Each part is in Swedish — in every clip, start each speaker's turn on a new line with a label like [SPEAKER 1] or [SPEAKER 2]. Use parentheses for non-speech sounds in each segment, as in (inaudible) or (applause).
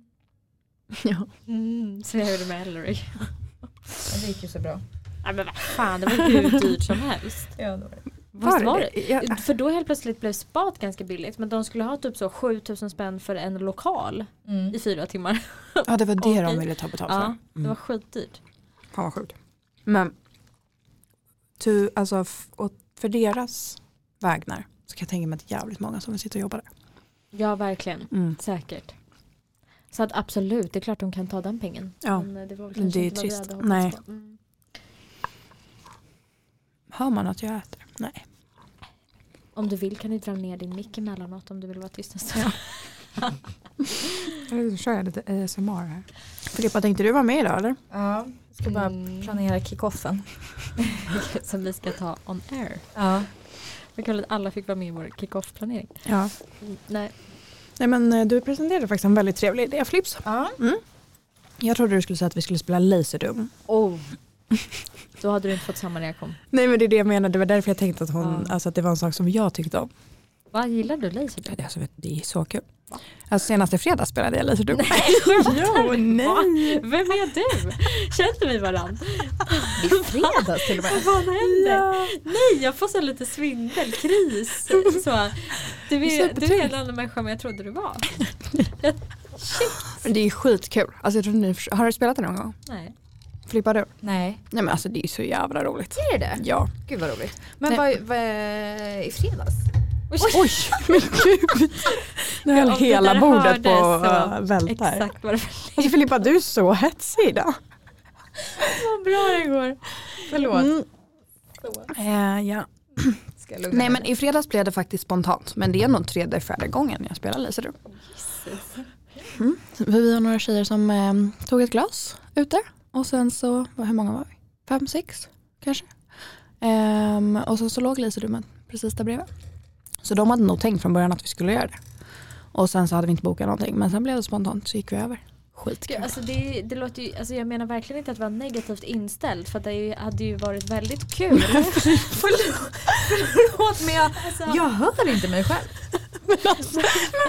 [SPEAKER 1] (laughs)
[SPEAKER 2] Ja.
[SPEAKER 1] Mm, så jag gjorde med Ellery.
[SPEAKER 3] Men det gick ju så bra.
[SPEAKER 1] Nej men vad fan, det var ju hur dyrt som helst.
[SPEAKER 3] Ja, det var det.
[SPEAKER 1] Vad var det?
[SPEAKER 2] Ja,
[SPEAKER 1] För då helt plötsligt blev spat ganska billigt men de skulle ha typ så 7000 spänn för en lokal
[SPEAKER 3] Mm.
[SPEAKER 1] i fyra timmar.
[SPEAKER 2] ja det var det
[SPEAKER 1] Okej.
[SPEAKER 2] de ville ta betalt för.
[SPEAKER 1] Ja, det var
[SPEAKER 2] Mm.
[SPEAKER 1] skitdyrt.
[SPEAKER 2] Fan vad sjukt. Men tu, alltså, f- och för deras vägnar så kan jag tänka mig att det är jävligt många som vill sitta och jobba där.
[SPEAKER 1] Ja verkligen,
[SPEAKER 2] Mm.
[SPEAKER 1] säkert. Så att absolut, det är klart de kan ta den pengen.
[SPEAKER 2] Ja.
[SPEAKER 1] Men eh, det var väl
[SPEAKER 2] Men
[SPEAKER 1] kanske
[SPEAKER 2] det är
[SPEAKER 1] inte vad vi
[SPEAKER 2] trist.
[SPEAKER 1] hade hoppats
[SPEAKER 2] Nej.
[SPEAKER 1] på. Mm.
[SPEAKER 2] Hör man att jag äter? Nej.
[SPEAKER 1] Om du vill kan du dra ner din mick emellanåt om du vill vara tyst en stund.
[SPEAKER 4] Eller så kör jag lite ASMR här.
[SPEAKER 2] Filippa, tänkte du vara med idag eller?
[SPEAKER 3] Ja, jag ska bara
[SPEAKER 1] Mm.
[SPEAKER 3] planera kickoffen.
[SPEAKER 1] Som vi ska ta on air.
[SPEAKER 3] Ja.
[SPEAKER 1] Det var kul att alla fick vara med i vår kick-off-planering.
[SPEAKER 2] Ja.
[SPEAKER 1] Nej.
[SPEAKER 2] Nej men eh, du presenterade faktiskt en väldigt trevlig idé, Flips. Mm.
[SPEAKER 3] ja.
[SPEAKER 2] Jag trodde du skulle säga att vi skulle spela Laserdum.
[SPEAKER 1] Oh. Då hade du inte fått samma reaktion.
[SPEAKER 2] Nej men det är det jag menade, det var därför jag tänkte att, hon,
[SPEAKER 1] Ja.
[SPEAKER 2] alltså, att det var en sak som jag tyckte om.
[SPEAKER 1] Vad gillar du (laughs) laserbeam?
[SPEAKER 2] Alltså, vet du, det är så kul. Alltså, senaste fredag spelade jag
[SPEAKER 1] (laughs)
[SPEAKER 2] Laserdum.
[SPEAKER 1] Nej, skämtar
[SPEAKER 2] Jo,
[SPEAKER 1] du?
[SPEAKER 2] nej.
[SPEAKER 1] Vem är du? Känner vi varandra?
[SPEAKER 3] I fredags till och med.
[SPEAKER 1] Vad händer? Nej, jag får så lite svindelkris. Så, du,
[SPEAKER 2] Du är
[SPEAKER 1] är,
[SPEAKER 2] så
[SPEAKER 1] du är en
[SPEAKER 2] betänd.
[SPEAKER 1] annan människa än jag trodde du var.
[SPEAKER 2] Men Det är skitkul. Alltså, jag tror ni, förs- har du spelat det någon gång?
[SPEAKER 1] Nej.
[SPEAKER 2] Flippa du?
[SPEAKER 3] Nej.
[SPEAKER 2] Nej men alltså det är så jävla roligt.
[SPEAKER 3] Är det det?
[SPEAKER 2] Ja.
[SPEAKER 3] Gud vad roligt. Men vad, vad, i fredags?
[SPEAKER 2] Oj, men gud. Nu höll
[SPEAKER 1] Ja, om det
[SPEAKER 2] hela
[SPEAKER 1] där
[SPEAKER 2] bordet på
[SPEAKER 1] hördes så-
[SPEAKER 2] att välta. här.
[SPEAKER 1] Exakt vad det var.
[SPEAKER 2] Alltså Filippa, du är så hetsig idag.
[SPEAKER 1] Vad bra det går.
[SPEAKER 3] Förlåt.
[SPEAKER 2] Mm.
[SPEAKER 3] Så.
[SPEAKER 2] Eh, ja.
[SPEAKER 3] Ska jag lugna
[SPEAKER 2] Nej
[SPEAKER 3] mig?
[SPEAKER 2] men i fredags blev det faktiskt spontant. Men det är nog tredje, fjärde gången jag spelar Laserrum. Vi har några tjejer som eh, tog ett glas ute och sen så, vad- hur många var vi? Fem, sex kanske. Ehm, och sen så låg Liserummet precis där bredvid. Så de hade nog tänkt från början att vi skulle göra det. Och sen så hade vi inte bokat någonting men sen blev det spontant så gick vi över. Skitkul.
[SPEAKER 1] Gud, alltså det, det låter ju, alltså jag menar verkligen inte att vara negativt inställd för att det ju- hade ju varit väldigt (laughs) kul.
[SPEAKER 3] Förlåt men jag,
[SPEAKER 1] Alltså,
[SPEAKER 3] jag hör inte mig själv.
[SPEAKER 2] alltså,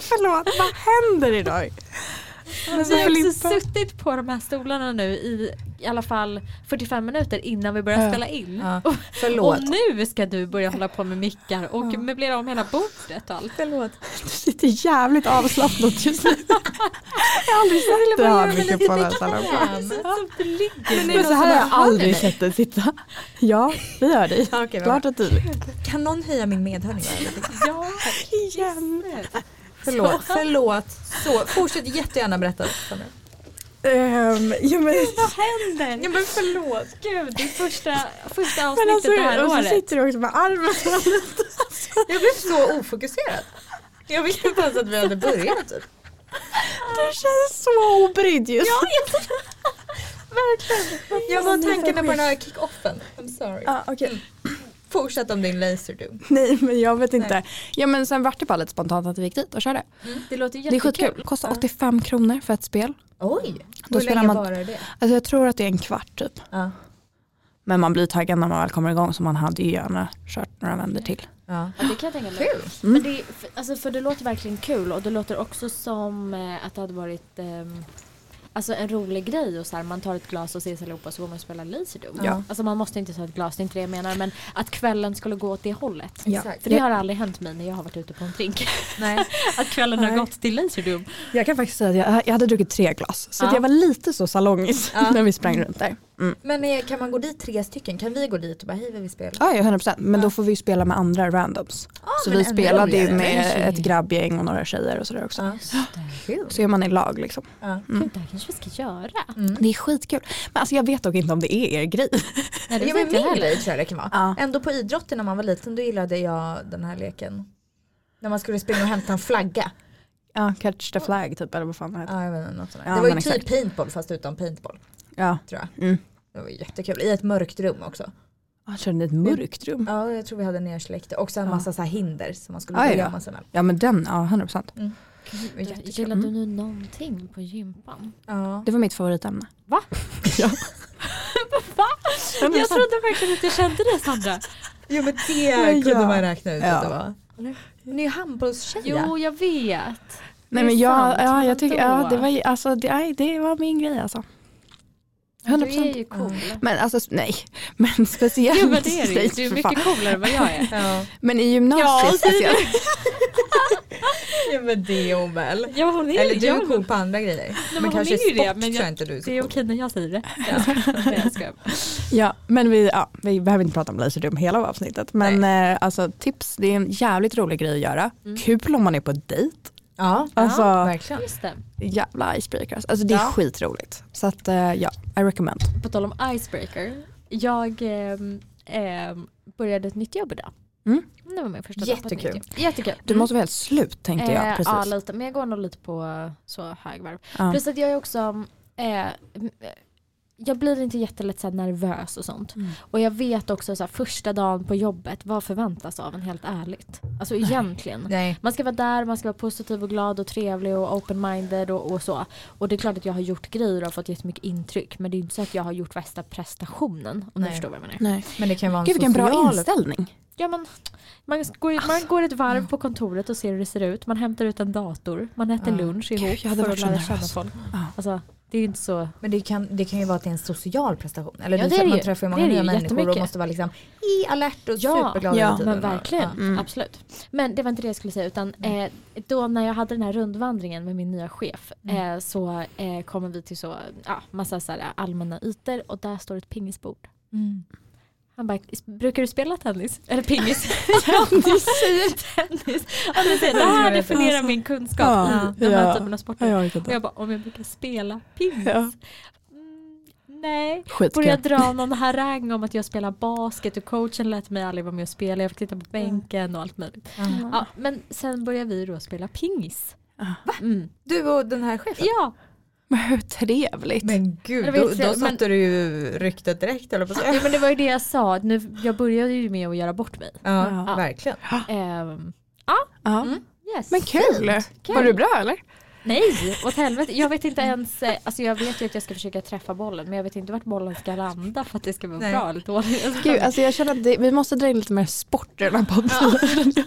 [SPEAKER 2] Förlåt, vad händer idag? Alltså,
[SPEAKER 1] vi har också suttit på de här stolarna nu i i alla fall 45 minuter innan vi börjar
[SPEAKER 2] Ja.
[SPEAKER 1] spela in.
[SPEAKER 3] Ja.
[SPEAKER 1] Och,
[SPEAKER 3] Förlåt.
[SPEAKER 1] och nu ska du börja hålla på med mickar och möblera om hela bordet och allt.
[SPEAKER 3] Förlåt.
[SPEAKER 2] Du sitter jävligt avslappnat just nu. (laughs) Jag har aldrig sett
[SPEAKER 4] Det
[SPEAKER 2] dig ha
[SPEAKER 4] här mycket
[SPEAKER 2] mycket
[SPEAKER 4] på
[SPEAKER 2] på
[SPEAKER 4] den här
[SPEAKER 1] Det ser ut som att du ligger.
[SPEAKER 3] Men är det någon som hör mig?
[SPEAKER 2] sett dig sitta. Ja, vi hör dig.
[SPEAKER 3] Ja, okej, vad
[SPEAKER 2] Klart och tydligt.
[SPEAKER 3] Kan någon höja min medhörning? bara lite?
[SPEAKER 1] Ja,
[SPEAKER 2] Igen.
[SPEAKER 3] Förlåt. Förlåt. Så, fortsätt jättegärna berätta. Sandra.
[SPEAKER 2] ja, Ehm, men,
[SPEAKER 1] vad händer?
[SPEAKER 3] men förlåt.
[SPEAKER 1] Gud, det är första, första
[SPEAKER 2] men
[SPEAKER 1] avsnittet
[SPEAKER 2] alltså,
[SPEAKER 1] det här
[SPEAKER 2] och så
[SPEAKER 1] året.
[SPEAKER 2] sitter du också med armen
[SPEAKER 3] Jag blev så ofokuserad. Jag visste inte ens att vi hade börjat typ.
[SPEAKER 2] Du känns så obrydd just ja. (laughs)
[SPEAKER 3] Jag var tankarna på den här kick-offen. I'm sorry.
[SPEAKER 2] ah, okay.
[SPEAKER 3] Fortsätt om din laserdoom.
[SPEAKER 2] (laughs) Nej men jag vet
[SPEAKER 3] Nej.
[SPEAKER 2] inte. Ja men sen vart det bara lite spontant att vi gick dit och körde.
[SPEAKER 1] Det låter ju
[SPEAKER 2] Det är
[SPEAKER 1] jättekul.
[SPEAKER 2] skitkul. Kostar 85 kronor för ett spel.
[SPEAKER 3] Oj,
[SPEAKER 2] Då
[SPEAKER 3] hur
[SPEAKER 2] spelar
[SPEAKER 3] länge
[SPEAKER 2] man-
[SPEAKER 3] varar det?
[SPEAKER 2] Alltså jag tror att det är en kvart typ.
[SPEAKER 3] Ja.
[SPEAKER 2] Men man blir taggad när man väl kommer igång så man hade ju gärna kört några vändor till.
[SPEAKER 3] Ja.
[SPEAKER 1] Ja, det kan jag tänka mig.
[SPEAKER 3] Kul.
[SPEAKER 1] Men det, för, alltså, för det låter verkligen kul och det låter också som eh, att det hade varit ehm, alltså en rolig grej och så här, man tar ett glas och ses allihopa och så går man och spelar Laserdome.
[SPEAKER 2] Ja.
[SPEAKER 1] Alltså man måste inte ta ett glas, det är inte det jag menar men att kvällen skulle gå åt det hållet.
[SPEAKER 2] Ja.
[SPEAKER 3] Exakt.
[SPEAKER 1] För det har aldrig hänt mig när jag har varit ute på en drink.
[SPEAKER 3] Nej.
[SPEAKER 1] (laughs) Att kvällen har
[SPEAKER 2] Nej.
[SPEAKER 1] gått till Laserdome.
[SPEAKER 2] Jag kan faktiskt säga att jag, jag hade druckit tre glas så att
[SPEAKER 1] Ja.
[SPEAKER 2] jag var lite så salongis (laughs)
[SPEAKER 3] Ja.
[SPEAKER 2] när vi sprang runt där. Mm.
[SPEAKER 3] Men eh, kan man gå dit tre stycken? Kan vi gå dit och bara hej vi vill spela?
[SPEAKER 2] Ja, ja, 100% men då får vi ju spela med andra randoms. så
[SPEAKER 3] men
[SPEAKER 2] vi
[SPEAKER 3] ändå
[SPEAKER 2] spelade ju
[SPEAKER 3] roligare.
[SPEAKER 2] med
[SPEAKER 1] Tjej.
[SPEAKER 2] ett grabbgäng och några tjejer och sådär också.
[SPEAKER 3] Ja. Kul.
[SPEAKER 2] Så är man i lag liksom.
[SPEAKER 3] Ja.
[SPEAKER 1] Gud, det här kanske vi ska göra.
[SPEAKER 3] Mm.
[SPEAKER 2] Det är skitkul. Men alltså jag vet dock inte om det är er grej.
[SPEAKER 1] Nej, det vet
[SPEAKER 3] Ja, men
[SPEAKER 1] jag
[SPEAKER 3] min
[SPEAKER 1] heller.
[SPEAKER 3] grej tror jag det kan vara.
[SPEAKER 2] Ja.
[SPEAKER 3] Ändå på idrotten när man var liten då gillade jag den här leken. När man skulle springa och hämta en flagga.
[SPEAKER 2] (laughs) Ja, catch the flag typ eller vad fan det heter.
[SPEAKER 3] Ja, jag vet inte, något sånt där.
[SPEAKER 2] Ja,
[SPEAKER 3] det var ju
[SPEAKER 2] men
[SPEAKER 3] typ
[SPEAKER 2] exakt.
[SPEAKER 3] paintball fast utan paintball.
[SPEAKER 2] Ja.
[SPEAKER 3] Tror jag.
[SPEAKER 2] Mm.
[SPEAKER 3] Det var ju jättekul. I ett mörkt rum också.
[SPEAKER 2] Jag körde i ett mörkt rum.
[SPEAKER 3] Ja, jag tror vi hade nersläckte. Och sen
[SPEAKER 2] Ja.
[SPEAKER 3] massa så här hinder som man skulle
[SPEAKER 2] Aj,
[SPEAKER 3] gå och
[SPEAKER 2] ja.
[SPEAKER 3] gömma sig mellan.
[SPEAKER 2] Ja men den, ja 100%.
[SPEAKER 3] Det var jättekul. Mm.
[SPEAKER 1] Gillade du nu någonting på gympan?
[SPEAKER 3] Ja.
[SPEAKER 2] Det var mitt favoritämne.
[SPEAKER 1] Va?
[SPEAKER 2] (laughs) ja.
[SPEAKER 1] Va?
[SPEAKER 2] men
[SPEAKER 1] Jag
[SPEAKER 2] sant.
[SPEAKER 3] alltså-
[SPEAKER 1] trodde verkligen att jag kände det Sandra.
[SPEAKER 3] Jo men det
[SPEAKER 2] Men
[SPEAKER 3] kunde
[SPEAKER 2] ja.
[SPEAKER 3] man räkna ut
[SPEAKER 2] Ja.
[SPEAKER 3] att det var. Hon är ju handbollstjej.
[SPEAKER 1] Jo, jag vet.
[SPEAKER 2] Nej men jag,
[SPEAKER 1] sant,
[SPEAKER 2] ja, jag
[SPEAKER 1] men
[SPEAKER 2] tycker, ja,
[SPEAKER 1] då?
[SPEAKER 2] det var, ju- alltså, det, nej, det var min grej alltså. 100
[SPEAKER 1] Du är ju cool.
[SPEAKER 2] Men alltså nej, (laughs) men speciellt.
[SPEAKER 1] Jo Mm. men det är du ju.
[SPEAKER 2] nej,
[SPEAKER 1] Du är
[SPEAKER 2] för fan.
[SPEAKER 1] mycket coolare än vad jag är.
[SPEAKER 3] Ja.
[SPEAKER 2] Men i gymnasiet
[SPEAKER 1] Ja,
[SPEAKER 2] speciellt.
[SPEAKER 3] ja men det är hon väl.
[SPEAKER 1] (laughs) Ja hon är
[SPEAKER 3] Eller du
[SPEAKER 1] jag-
[SPEAKER 3] är cool på andra grejer.
[SPEAKER 1] men
[SPEAKER 3] men
[SPEAKER 1] hon
[SPEAKER 3] kanske i
[SPEAKER 1] är ju
[SPEAKER 3] sport
[SPEAKER 1] det,
[SPEAKER 3] det,
[SPEAKER 1] men
[SPEAKER 3] tror
[SPEAKER 1] jag-
[SPEAKER 3] jag inte du är så
[SPEAKER 1] Det är
[SPEAKER 3] cool.
[SPEAKER 1] okej när jag säger det. (laughs) Nej, jag skojar.
[SPEAKER 2] Ja, men vi, ja, vi behöver inte prata om laserdum hela avsnittet. Men eh, alltså, tips, det är en jävligt rolig grej att göra.
[SPEAKER 1] Mm.
[SPEAKER 2] Kul om man är på dejt.
[SPEAKER 3] Ja,
[SPEAKER 2] Alltså,
[SPEAKER 3] verkligen.
[SPEAKER 1] Just det.
[SPEAKER 2] jävla icebreakers. Alltså det är
[SPEAKER 3] Ja.
[SPEAKER 2] skitroligt. Så att eh, ja, I recommend.
[SPEAKER 1] På tal om icebreaker. Jag ehm, ehm, började ett nytt jobb idag.
[SPEAKER 2] Mm.
[SPEAKER 1] Det var min första dag på ett
[SPEAKER 3] Jättekul.
[SPEAKER 1] nytt jobb. Jättekul.
[SPEAKER 2] Du måste vara helt slut tänkte jag.
[SPEAKER 1] Mm. Eh,
[SPEAKER 2] Precis.
[SPEAKER 1] Ja, lite. Men jag går nog lite på så högvarv.
[SPEAKER 2] Ja.
[SPEAKER 1] Plus att jag är också, eh, m- eh, jag blir inte jättelätt så här nervös och sånt.
[SPEAKER 2] Mm.
[SPEAKER 1] Och jag vet också så här, första dagen på jobbet, vad förväntas av en helt ärligt? Alltså egentligen.
[SPEAKER 3] Nej.
[SPEAKER 1] Man ska vara där, man ska vara positiv och glad och trevlig och open-minded och, och så. Och det är klart att jag har gjort grejer och fått jättemycket intryck. Men det är ju inte så att jag har gjort värsta prestationen. Om
[SPEAKER 3] Nej.
[SPEAKER 1] du förstår vad jag menar.
[SPEAKER 2] Nej.
[SPEAKER 3] Men det kan ju vara en
[SPEAKER 2] Gud vilken
[SPEAKER 1] Alltså,
[SPEAKER 2] bra
[SPEAKER 3] social-
[SPEAKER 2] inställning.
[SPEAKER 1] Ja, men, man, går, ju-
[SPEAKER 2] Alltså,
[SPEAKER 1] man går ett varv på kontoret och ser hur det ser ut. Man hämtar ut en dator. Man äter
[SPEAKER 3] Ja.
[SPEAKER 1] lunch ihop
[SPEAKER 2] Gud, jag hade
[SPEAKER 1] för
[SPEAKER 2] varit
[SPEAKER 1] att
[SPEAKER 2] så
[SPEAKER 1] lära
[SPEAKER 2] nervös.
[SPEAKER 1] känna folk.
[SPEAKER 2] Ja.
[SPEAKER 1] Alltså, det är ju inte så.
[SPEAKER 3] Men det kan, det kan ju vara att det är en social prestation. Eller
[SPEAKER 1] Ja,
[SPEAKER 3] du-
[SPEAKER 1] det är det
[SPEAKER 3] man
[SPEAKER 1] ju.
[SPEAKER 3] träffar ju
[SPEAKER 1] Det
[SPEAKER 3] många
[SPEAKER 1] är det
[SPEAKER 3] nya
[SPEAKER 1] ju,
[SPEAKER 3] människor och
[SPEAKER 1] jättemycket.
[SPEAKER 3] måste vara liksom i alert och
[SPEAKER 1] Ja,
[SPEAKER 3] superglad
[SPEAKER 2] ja,
[SPEAKER 3] hela tiden.
[SPEAKER 1] Men verkligen,
[SPEAKER 3] Ja.
[SPEAKER 2] Mm.
[SPEAKER 1] absolut. Men det var inte det jag skulle säga utan eh, då när jag hade den här rundvandringen med min nya chef
[SPEAKER 2] Mm.
[SPEAKER 1] eh, så eh, kommer vi till så, ja, massa så här allmänna ytor och där står ett pingisbord.
[SPEAKER 3] Mm.
[SPEAKER 1] Han bara, "Is- brukar du spela tennis? Eller pingis?
[SPEAKER 2] (laughs)
[SPEAKER 1] tennis! tennis. Ja, men det, det här definierar min kunskap
[SPEAKER 2] Ja.
[SPEAKER 1] i de här
[SPEAKER 2] Ja.
[SPEAKER 1] typen av
[SPEAKER 2] Ja,
[SPEAKER 1] sporter.
[SPEAKER 2] jag orkar
[SPEAKER 1] Och
[SPEAKER 2] inte.
[SPEAKER 1] jag bara, om jag brukar spela pingis?
[SPEAKER 2] Ja.
[SPEAKER 1] Mm, nej.
[SPEAKER 2] Skitkul.
[SPEAKER 1] Borde jag dra någon harang om att jag spelar basket och coachen lät mig aldrig vara med och spela. Jag fick titta på bänken och allt möjligt.
[SPEAKER 3] Ja.
[SPEAKER 1] Ja, men sen började vi då spela pingis.
[SPEAKER 2] Ah.
[SPEAKER 1] Mm.
[SPEAKER 3] Du och den här chefen?
[SPEAKER 1] Ja,
[SPEAKER 2] Men hur trevligt.
[SPEAKER 3] Men gud,
[SPEAKER 1] Jag
[SPEAKER 3] då,
[SPEAKER 1] vet,
[SPEAKER 3] då
[SPEAKER 1] men-
[SPEAKER 3] satte du ju ryktet direkt eller på så.
[SPEAKER 1] ja, men det var ju det jag sa. Nu, jag började ju med att göra bort mig.
[SPEAKER 3] (laughs) Ja,
[SPEAKER 1] Ja.
[SPEAKER 3] verkligen.
[SPEAKER 1] Ehm,
[SPEAKER 2] ja.
[SPEAKER 3] Mm.
[SPEAKER 1] yes.
[SPEAKER 2] Men kul.
[SPEAKER 1] Kul.
[SPEAKER 2] Var du bra eller?
[SPEAKER 1] Nej, åt helvete. Jag vet inte ens, eh, alltså jag vet ju att jag ska försöka träffa bollen men jag vet inte vart bollen ska landa för att det ska vara
[SPEAKER 3] Nej.
[SPEAKER 1] bra eller dåligt. Alltså, (laughs)
[SPEAKER 2] Gud, alltså jag känner att det, vi måste dra in lite mer sport i den här podden.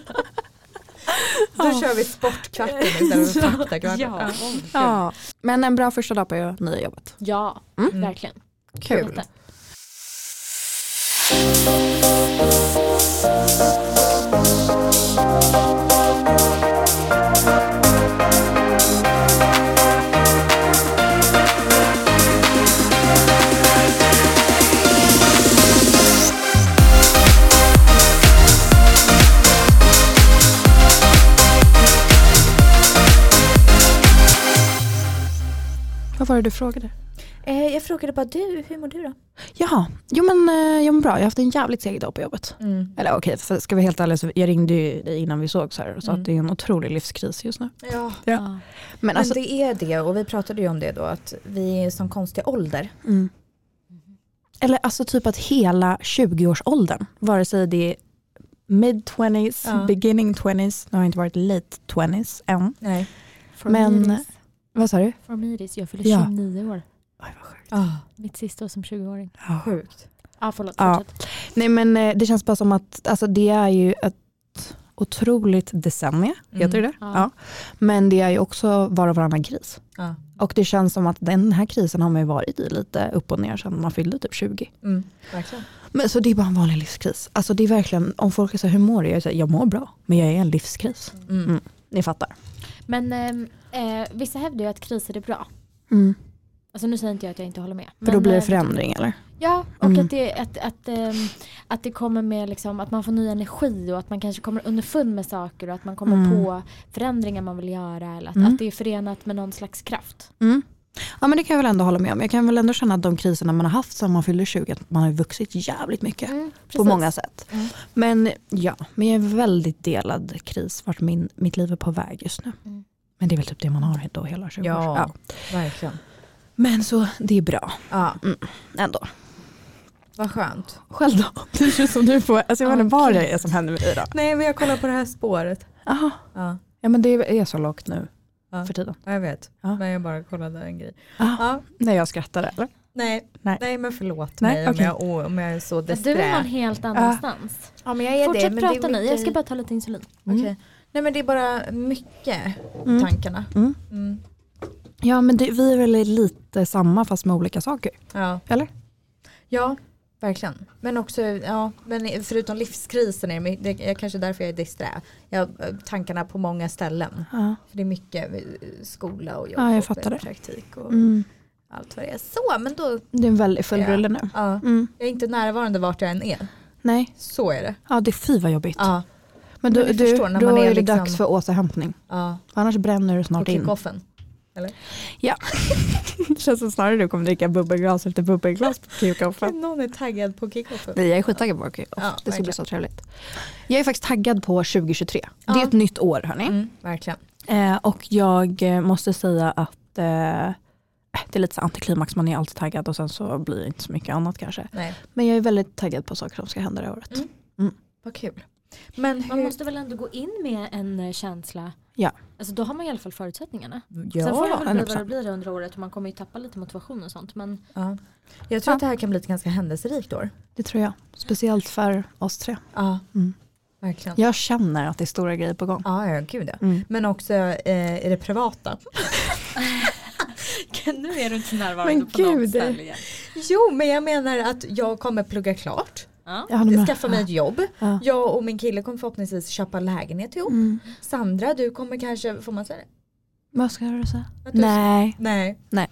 [SPEAKER 3] Då kör vi sportkvarten istället för faktakvarten.
[SPEAKER 1] (laughs) ja,
[SPEAKER 2] Ja. Men en bra första dag på nya jobbet.
[SPEAKER 1] ja
[SPEAKER 2] Mm.
[SPEAKER 1] verkligen.
[SPEAKER 2] Kul.
[SPEAKER 1] Jätte.
[SPEAKER 2] Vad var det du frågade?
[SPEAKER 3] Eh, jag frågade bara du, hur mår du då?
[SPEAKER 2] Ja, jo men eh, jag mår bra. Jag har haft en jävligt seg dag på jobbet.
[SPEAKER 1] Mm.
[SPEAKER 2] Eller okej, för ska vi vara helt ärliga så jag ringde ju dig innan vi sågs här och sa
[SPEAKER 3] Mm.
[SPEAKER 2] att det är en otrolig livskris just nu.
[SPEAKER 3] Ja,
[SPEAKER 2] Ja.
[SPEAKER 1] Ja.
[SPEAKER 2] Men
[SPEAKER 3] men
[SPEAKER 2] alltså,
[SPEAKER 3] det är det och vi pratade ju om det då att vi är som konstiga ålder.
[SPEAKER 2] mm. Eller alltså typ att hela 20-årsåldern, vare sig det är mid 20s,
[SPEAKER 3] Ja.
[SPEAKER 2] beginning 20s, nu har jag inte varit late 20s än.
[SPEAKER 3] Nej.
[SPEAKER 1] For
[SPEAKER 2] Men-
[SPEAKER 1] me it is-
[SPEAKER 2] Vad sa du?
[SPEAKER 1] For me it is, jag fyller
[SPEAKER 2] Ja.
[SPEAKER 1] 29 år.
[SPEAKER 2] Oj, vad sjukt.
[SPEAKER 1] Mitt sista år som 20-åring.
[SPEAKER 3] Ah, Sjukt.
[SPEAKER 1] Ja förlåt,
[SPEAKER 2] Ja.
[SPEAKER 1] fortsätt.
[SPEAKER 2] Nej men eh, det känns bara som att alltså, det är ju ett otroligt decennium, heter det
[SPEAKER 1] Ja.
[SPEAKER 2] Mm. Ja. Men det är ju också var och varannan kris.
[SPEAKER 3] Ja.
[SPEAKER 2] Och det känns som att den här krisen har man ju varit i lite upp och ner sedan man fyllde typ 20.
[SPEAKER 3] Mm. Verkligen.
[SPEAKER 2] Men så det är bara en vanlig livskris. Alltså det är verkligen, om folk är så här, hur mår du? Jag säger, jag mår bra, men jag är i en livskris.
[SPEAKER 3] Mm.
[SPEAKER 2] Mm. Ni fattar.
[SPEAKER 1] Men ehm, eh, vissa hävdar ju att kriser är bra. Alltså nu säger inte jag att jag inte håller med.
[SPEAKER 2] Mm. För då
[SPEAKER 1] Men,
[SPEAKER 2] blir det
[SPEAKER 1] eh,
[SPEAKER 2] förändring eller?
[SPEAKER 1] Ja, och
[SPEAKER 2] Mm.
[SPEAKER 1] att, det, att, att, ehm, att det kommer med liksom, att man får ny energi och att man kanske kommer underfund med saker och att man kommer
[SPEAKER 2] Mm.
[SPEAKER 1] på förändringar man vill göra. Eller att,
[SPEAKER 2] Mm.
[SPEAKER 1] att det är förenat med någon slags kraft.
[SPEAKER 2] Ja men det kan jag väl ändå hålla med om. Jag kan väl ändå känna att de kriserna man har haft sedan man fyllde 20, att man har vuxit jävligt mycket.
[SPEAKER 1] Mm,
[SPEAKER 2] På
[SPEAKER 1] precis.
[SPEAKER 2] många sätt.
[SPEAKER 1] Mm.
[SPEAKER 2] Men ja, men jag är en väldigt delad kris vart min, mitt liv är på väg just nu.
[SPEAKER 1] Mm.
[SPEAKER 2] Men det är väl typ det man har då hela 20
[SPEAKER 3] Ja.
[SPEAKER 2] år.
[SPEAKER 3] Verkligen.
[SPEAKER 2] Men så det är bra
[SPEAKER 3] Ja,
[SPEAKER 2] ändå.
[SPEAKER 3] vad skönt.
[SPEAKER 2] Själv då? (laughs) Det känns som du får, alltså jag vet inte
[SPEAKER 1] Ja,
[SPEAKER 2] vad
[SPEAKER 1] gud.
[SPEAKER 2] det är som händer med dig då.
[SPEAKER 3] Nej men jag kollar på det här spåret.
[SPEAKER 2] Aha.
[SPEAKER 3] Ja,
[SPEAKER 2] Ja men det är så lågt nu
[SPEAKER 3] Ja.
[SPEAKER 2] för tiden.
[SPEAKER 3] ja, jag vet.
[SPEAKER 2] Ja.
[SPEAKER 3] Men jag bara kollade en grej.
[SPEAKER 2] Ah.
[SPEAKER 3] Ja,
[SPEAKER 2] När jag skrattade eller?
[SPEAKER 3] nej.
[SPEAKER 2] Nej.
[SPEAKER 3] Nej. men förlåt
[SPEAKER 2] Nej,
[SPEAKER 3] mig om,
[SPEAKER 2] okej.
[SPEAKER 3] jag, om jag är så
[SPEAKER 1] Att Du är någon
[SPEAKER 3] disträ.
[SPEAKER 1] helt annanstans.
[SPEAKER 3] Ja men jag är
[SPEAKER 1] Fortsätt
[SPEAKER 3] det. men det är Mm.
[SPEAKER 1] prata ni,
[SPEAKER 3] mycket-
[SPEAKER 1] jag ska bara ta lite insulin.
[SPEAKER 3] Okej. Nej men det är bara mycket
[SPEAKER 2] Mm.
[SPEAKER 3] tankarna.
[SPEAKER 2] Mm.
[SPEAKER 3] Mm.
[SPEAKER 2] Ja men det, vi är väl lite samma fast med olika saker.
[SPEAKER 3] Ja.
[SPEAKER 2] Eller?
[SPEAKER 3] ja, verkligen. Men också, ja, men förutom livskrisen är det my- det är kanske därför jag är disträ. Jag har tankarna på många ställen.
[SPEAKER 2] Ja.
[SPEAKER 3] För det är mycket eh, skola och jobb
[SPEAKER 2] Ja, jag
[SPEAKER 3] och
[SPEAKER 2] fattar det.
[SPEAKER 3] praktik och
[SPEAKER 2] Mm.
[SPEAKER 3] allt vad det är. Så, men då,
[SPEAKER 2] Det är en väldigt full
[SPEAKER 3] Ja.
[SPEAKER 2] rulle nu.
[SPEAKER 3] ja.
[SPEAKER 2] Mm.
[SPEAKER 3] Jag är inte närvarande vart jag än är.
[SPEAKER 2] Nej,
[SPEAKER 3] Så är det.
[SPEAKER 2] ja, det är fy vad jobbigt.
[SPEAKER 3] Ja,
[SPEAKER 2] Men, du,
[SPEAKER 3] Men vi
[SPEAKER 2] du,
[SPEAKER 3] förstår när
[SPEAKER 2] då
[SPEAKER 3] man
[SPEAKER 2] är,
[SPEAKER 3] är
[SPEAKER 2] det
[SPEAKER 3] liksom-
[SPEAKER 2] dags för återhämtning.
[SPEAKER 3] ja.
[SPEAKER 2] Annars bränner du
[SPEAKER 3] På
[SPEAKER 2] snart in.
[SPEAKER 3] kickoffen.
[SPEAKER 2] (laughs) Det känns som snarare du kommer dricka bubbelglas efter bubbelglas på kickoffen.
[SPEAKER 3] Någon är taggad på kickoffen.
[SPEAKER 2] Nej, jag är skittaggad på kickoff.
[SPEAKER 3] Ja,
[SPEAKER 2] det ska bli
[SPEAKER 3] verkligen.
[SPEAKER 2] så trevligt. Jag är faktiskt taggad på 2023. Det
[SPEAKER 3] Ja.
[SPEAKER 2] är ett nytt år hörni.
[SPEAKER 3] Mm, verkligen.
[SPEAKER 2] Eh, och jag eh, måste säga att eh, det är lite så antiklimax, man är alltid taggad och sen så blir det inte så mycket annat kanske.
[SPEAKER 3] Nej.
[SPEAKER 2] Men jag är väldigt taggad på saker som ska hända det här året.
[SPEAKER 3] Mm. Vad kul. Men
[SPEAKER 1] Man
[SPEAKER 3] hur...
[SPEAKER 1] måste väl ändå gå in med en eh, känsla.
[SPEAKER 2] Ja.
[SPEAKER 1] Alltså, då har man i alla fall förutsättningarna.
[SPEAKER 3] Ja,
[SPEAKER 1] Sen får det väl bli vad
[SPEAKER 2] 100%.
[SPEAKER 1] det blir under året och man kommer ju tappa lite motivation och sånt. (laughs) Men
[SPEAKER 3] Ja. Jag tror att det här kan bli ett ganska händelserikt år.
[SPEAKER 2] Det tror jag. Speciellt för oss tre.
[SPEAKER 3] Ja,
[SPEAKER 2] Mm.
[SPEAKER 3] verkligen.
[SPEAKER 2] Jag känner att det är stora grejer på gång.
[SPEAKER 3] Ja, ja gud ja.
[SPEAKER 2] Mm.
[SPEAKER 3] Men också eh, i det privata.
[SPEAKER 1] nu är du inte närvarande
[SPEAKER 3] Men
[SPEAKER 1] på något
[SPEAKER 3] gud.
[SPEAKER 1] ställe igen.
[SPEAKER 3] Jo, men jag menar att jag kommer plugga klart,
[SPEAKER 1] Ja.
[SPEAKER 2] Jag håller med.
[SPEAKER 3] skaffa mig ett jobb.
[SPEAKER 2] Ja.
[SPEAKER 3] Jag och min kille kommer förhoppningsvis köpa lägenhet ihop.
[SPEAKER 2] Mm.
[SPEAKER 3] Sandra, du kommer kanske, får man säga det?
[SPEAKER 2] Vad ska du säga?
[SPEAKER 3] Att du-
[SPEAKER 2] Nej.
[SPEAKER 3] Nej.
[SPEAKER 2] Nej.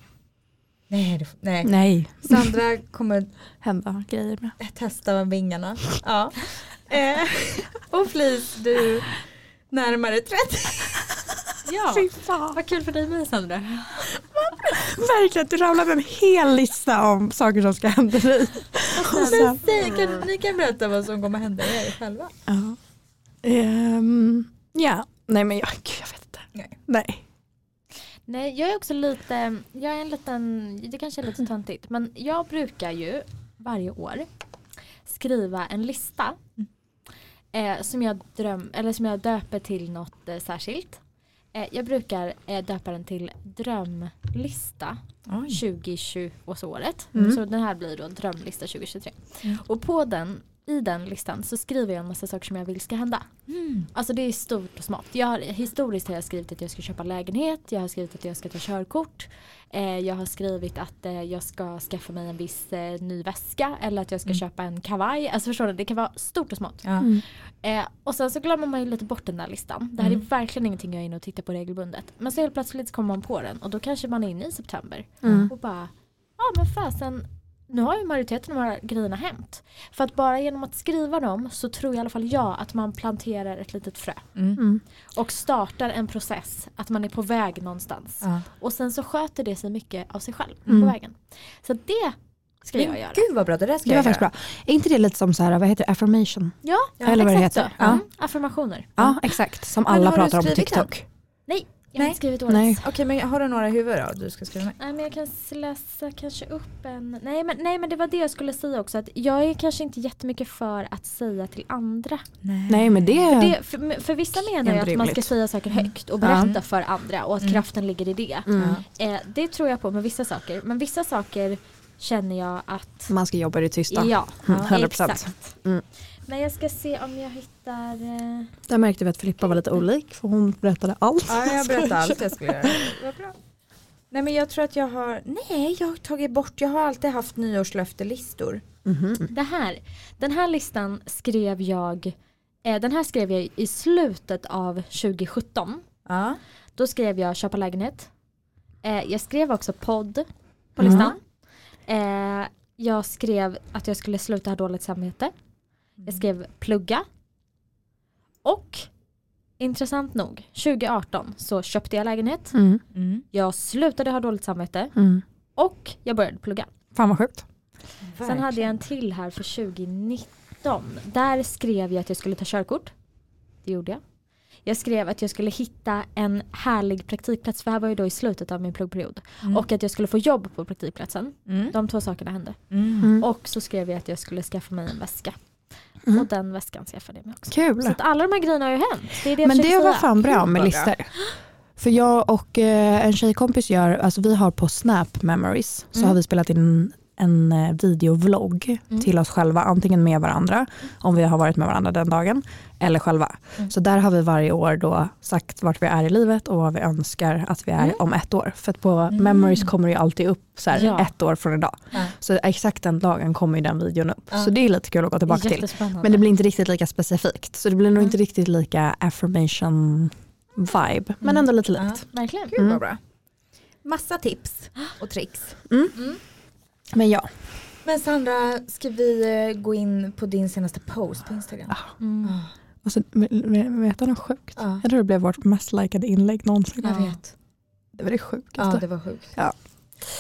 [SPEAKER 3] Nej, det- nej.
[SPEAKER 2] Nej.
[SPEAKER 3] Sandra kommer
[SPEAKER 2] Hända grejer med.
[SPEAKER 3] testa vingarna. Ja. Eh, och Flis, du närmare 30.
[SPEAKER 1] ja.
[SPEAKER 2] Fy fan.
[SPEAKER 1] Vad kul för dig med Sandra.
[SPEAKER 2] Verkligen, du ramlar med en hel lista om saker som ska hända dig.
[SPEAKER 3] Men säg, kan, ni kan berätta vad som kommer hända er själva.
[SPEAKER 2] Ja. Ehm, ja, nej men jag, gud, jag vet inte.
[SPEAKER 3] Nej.
[SPEAKER 2] Nej.
[SPEAKER 1] (laughs) Nej, jag är också lite, jag är en liten, det kanske är lite töntigt, men jag brukar ju varje år skriva en lista eh, som, jag dröm, eller som jag döper till något eh, särskilt. Eh, jag brukar eh, döpa den till drömlista 2020 och så året.
[SPEAKER 2] Mm.
[SPEAKER 1] Så den här blir då drömlista 2023.
[SPEAKER 3] Mm.
[SPEAKER 1] Och på den, i den listan så skriver jag en massa saker som jag vill ska hända.
[SPEAKER 3] Mm.
[SPEAKER 1] Alltså det är stort och smått. Jag har, historiskt har jag skrivit att jag ska köpa lägenhet, jag har skrivit att jag ska ta körkort. Eh, jag har skrivit att eh, jag ska skaffa mig en viss eh, ny väska eller att jag ska
[SPEAKER 3] Mm.
[SPEAKER 1] köpa en kavaj. Alltså förstår du, det kan vara stort och smått.
[SPEAKER 3] Ja.
[SPEAKER 2] Mm.
[SPEAKER 1] Eh, och sen så glömmer man ju lite bort den där listan. Det här
[SPEAKER 3] Mm.
[SPEAKER 1] är verkligen ingenting jag är inne och tittar på regelbundet. Men så helt plötsligt så kommer man på den och då kanske man är inne i september
[SPEAKER 2] Mm.
[SPEAKER 1] och bara ja men fasen nu har ju majoriteten av de här grejerna hänt. För att bara genom att skriva dem så tror i alla fall jag att man planterar ett litet frö
[SPEAKER 3] Mm.
[SPEAKER 2] Mm.
[SPEAKER 1] och startar en process att man är på väg någonstans.
[SPEAKER 3] Ja.
[SPEAKER 1] Och sen så sköter det sig mycket av sig själv
[SPEAKER 2] Mm.
[SPEAKER 1] på vägen. Så det ska jag göra.
[SPEAKER 3] Gud vad bra, det där ska
[SPEAKER 2] Det var
[SPEAKER 3] jag
[SPEAKER 2] faktiskt
[SPEAKER 3] göra.
[SPEAKER 2] bra. Är inte det lite som så här, vad heter det, affirmation?
[SPEAKER 1] Ja,
[SPEAKER 2] Eller vad det
[SPEAKER 1] exakt
[SPEAKER 2] heter.
[SPEAKER 1] så.
[SPEAKER 2] Ja.
[SPEAKER 1] Mm. Affirmationer.
[SPEAKER 2] ja, exakt. Som
[SPEAKER 3] Men
[SPEAKER 2] alla
[SPEAKER 3] har du
[SPEAKER 2] pratar om på
[SPEAKER 3] skrivit
[SPEAKER 2] TikTok.
[SPEAKER 1] Jag har
[SPEAKER 3] Nej.
[SPEAKER 1] inte skrivit årets.
[SPEAKER 2] Nej.
[SPEAKER 1] Nej.
[SPEAKER 3] Okej men har du några i huvudet då du ska skriva med?
[SPEAKER 1] men jag kan läsa kanske upp en. Nej men, nej men det var det jag skulle säga också. Att jag är kanske inte jättemycket för att säga till andra
[SPEAKER 2] Nej men det,
[SPEAKER 1] För, det, för, för vissa menar ju att man ska
[SPEAKER 2] Rimligt.
[SPEAKER 1] säga saker högt och
[SPEAKER 2] Mm. Ja.
[SPEAKER 1] berätta för andra och att
[SPEAKER 3] Mm.
[SPEAKER 1] kraften ligger i det.
[SPEAKER 2] Mm.
[SPEAKER 3] Ja.
[SPEAKER 1] Eh, det tror jag på med vissa saker. Men vissa saker känner jag att...
[SPEAKER 2] man ska jobba i det tysta.
[SPEAKER 1] Ja,
[SPEAKER 2] Mm, 100%.
[SPEAKER 1] exakt.
[SPEAKER 2] Mm.
[SPEAKER 1] Men jag ska se om jag hittar... eh,
[SPEAKER 2] Där märkte vi att Filippa var lite olik för hon berättade allt.
[SPEAKER 3] Ja, jag berättade allt jag
[SPEAKER 2] (laughs)
[SPEAKER 3] skulle göra. Vad bra. Nej men jag tror att jag har, nej jag har tagit bort, jag har alltid haft nyårslöftelistor.
[SPEAKER 1] Det här, den här listan skrev jag... Eh, den här skrev jag i slutet av 2017.
[SPEAKER 3] Ja.
[SPEAKER 1] Då skrev jag köpa lägenhet. Eh, jag skrev också podd på
[SPEAKER 2] Mm.
[SPEAKER 1] listan. Eh, jag skrev att jag skulle sluta ha dåligt samvete. Jag skrev plugga. Och intressant nog, 2018 så köpte jag lägenhet.
[SPEAKER 2] Mm.
[SPEAKER 3] Mm.
[SPEAKER 1] Jag slutade ha dåligt samvete
[SPEAKER 2] Mm.
[SPEAKER 1] och jag började plugga.
[SPEAKER 2] Fan vad sjukt.
[SPEAKER 1] Sen hade jag en till här för 2019. Där skrev jag att jag skulle ta körkort. Det gjorde jag. Jag skrev att jag skulle hitta en härlig praktikplats, för det här var ju då i slutet av min pluggperiod.
[SPEAKER 3] Mm.
[SPEAKER 1] Och att jag skulle få jobb på praktikplatsen.
[SPEAKER 3] Mm.
[SPEAKER 1] De två sakerna hände.
[SPEAKER 3] Mm.
[SPEAKER 1] Och så skrev jag att jag skulle skaffa mig en väska.
[SPEAKER 2] Mm.
[SPEAKER 1] Och den väskan skaffade jag mig också.
[SPEAKER 2] Kul.
[SPEAKER 1] Så att alla de här grejerna har ju hänt. Det är det jag
[SPEAKER 2] Men
[SPEAKER 1] försöker
[SPEAKER 2] det var
[SPEAKER 1] säga.
[SPEAKER 2] fan bra med
[SPEAKER 3] Bra.
[SPEAKER 2] listor. För jag och eh, en tjejkompis gör, alltså vi har på Snap Memories så
[SPEAKER 1] Mm.
[SPEAKER 2] har vi spelat in en eh, videovlogg
[SPEAKER 1] Mm.
[SPEAKER 2] till oss själva, antingen med varandra, om vi har varit med varandra den dagen, eller själva.
[SPEAKER 1] Mm.
[SPEAKER 2] Så där har vi varje år då sagt vart vi är i livet och vad vi önskar att vi är
[SPEAKER 1] Mm.
[SPEAKER 2] om ett år. För att på
[SPEAKER 3] Mm.
[SPEAKER 2] memories kommer det ju alltid upp så här,
[SPEAKER 1] Ja.
[SPEAKER 2] ett år från idag.
[SPEAKER 3] Ja.
[SPEAKER 2] Så exakt den dagen kommer ju den videon upp.
[SPEAKER 3] Ja.
[SPEAKER 2] Så det är lite kul att gå tillbaka till.
[SPEAKER 1] Jättespännande.
[SPEAKER 2] Men det blir inte riktigt lika specifikt. Så det blir nog
[SPEAKER 1] Mm.
[SPEAKER 2] inte riktigt lika affirmation vibe. Men
[SPEAKER 1] Mm.
[SPEAKER 2] ändå lite likt.
[SPEAKER 3] Ja.
[SPEAKER 1] Verkligen.
[SPEAKER 3] Gud
[SPEAKER 2] Mm.
[SPEAKER 3] vad bra. Massa tips och tricks.
[SPEAKER 1] Mm.
[SPEAKER 2] Men ja,
[SPEAKER 3] Men Sandra, ska vi eh, gå in på din senaste post på Instagram?
[SPEAKER 1] Mm.
[SPEAKER 3] Ah,
[SPEAKER 2] och så, men- men- vet du något sjukt?
[SPEAKER 3] Ja,
[SPEAKER 2] Jag tror det blev vårt mest likade inlägg någonsin.
[SPEAKER 3] jag vet.
[SPEAKER 2] Det var det sjukaste.
[SPEAKER 3] Ja, det var sjukt.
[SPEAKER 2] Ja.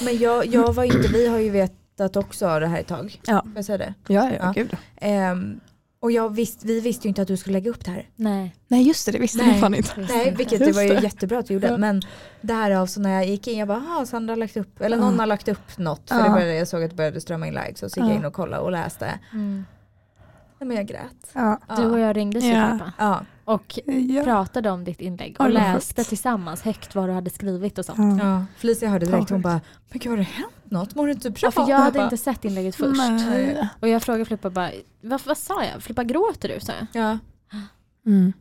[SPEAKER 3] Men jag, jag var inte, vi har ju vetat också det här ett tag.
[SPEAKER 2] Ja.
[SPEAKER 3] Får Jag säger det.
[SPEAKER 2] Ja, ja,
[SPEAKER 3] Ja.
[SPEAKER 2] gud.
[SPEAKER 3] Ehm, och jag visst, vi visste ju inte att du skulle lägga upp det här.
[SPEAKER 1] Nej.
[SPEAKER 2] Nej just det, det visste
[SPEAKER 3] Nej.
[SPEAKER 2] jag fan inte.
[SPEAKER 1] Visst
[SPEAKER 3] Nej,
[SPEAKER 1] inte.
[SPEAKER 3] vilket det
[SPEAKER 2] Just
[SPEAKER 3] var ju
[SPEAKER 2] det.
[SPEAKER 3] jättebra att du gjorde.
[SPEAKER 2] Ja.
[SPEAKER 3] Men det här av så när jag gick in, jag bara, aha, Sandra har lagt upp, eller
[SPEAKER 2] Ja.
[SPEAKER 3] någon har lagt upp något. För
[SPEAKER 2] Ja.
[SPEAKER 3] det började, jag såg att det började strömma in likes och så gick jag
[SPEAKER 2] Ja.
[SPEAKER 3] in och kollade och läste.
[SPEAKER 1] Mm.
[SPEAKER 3] Nej men jag grät.
[SPEAKER 2] Ja.
[SPEAKER 3] Ja.
[SPEAKER 1] Du och jag ringde så
[SPEAKER 2] Ja.
[SPEAKER 1] pappa.
[SPEAKER 3] Ja.
[SPEAKER 1] Och
[SPEAKER 2] Ja.
[SPEAKER 1] pratade om ditt inlägg
[SPEAKER 2] Ja,
[SPEAKER 1] och
[SPEAKER 2] det var
[SPEAKER 1] läste
[SPEAKER 2] sjukt.
[SPEAKER 1] tillsammans högt vad du hade skrivit och sånt.
[SPEAKER 2] Ja.
[SPEAKER 3] ja. Felicia hörde direkt, hon
[SPEAKER 2] Ja.
[SPEAKER 3] bara, men gud har det hänt något? Mår du inte bra?
[SPEAKER 1] Ja, för jag hade
[SPEAKER 3] bara,
[SPEAKER 1] inte sett inlägget först.
[SPEAKER 2] Nej.
[SPEAKER 1] Och jag frågade Filippa bara, vad, vad sa jag? Filippa gråter du? sa jag.
[SPEAKER 3] Ja.
[SPEAKER 2] Mm.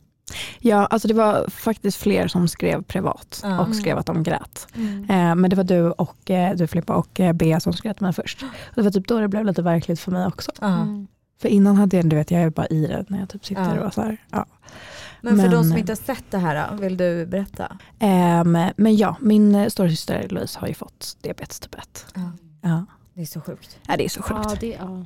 [SPEAKER 2] Ja, alltså det var faktiskt fler som skrev privat
[SPEAKER 3] Ja.
[SPEAKER 2] och skrev att de grät. Eh, men det var du och eh, du Filippa och eh, Bea som skrek mig först. Och det var typ då det blev lite verkligt för mig också.
[SPEAKER 3] Ja.
[SPEAKER 1] Mm.
[SPEAKER 2] För innan hade jag, du vet, jag är bara i det när jag typ sitter
[SPEAKER 3] Ja.
[SPEAKER 2] och så här. Ja.
[SPEAKER 3] Men för
[SPEAKER 2] Men-
[SPEAKER 1] eh,
[SPEAKER 3] de som inte har sett det här, då, vill du berätta?
[SPEAKER 2] Ehm, men ja, min eh, stora syster Louise har ju fått diabetes typ 1.
[SPEAKER 3] Ja.
[SPEAKER 2] Ja.
[SPEAKER 3] Det är så sjukt.
[SPEAKER 2] Ja, det är så sjukt.
[SPEAKER 1] Ja, det, ja.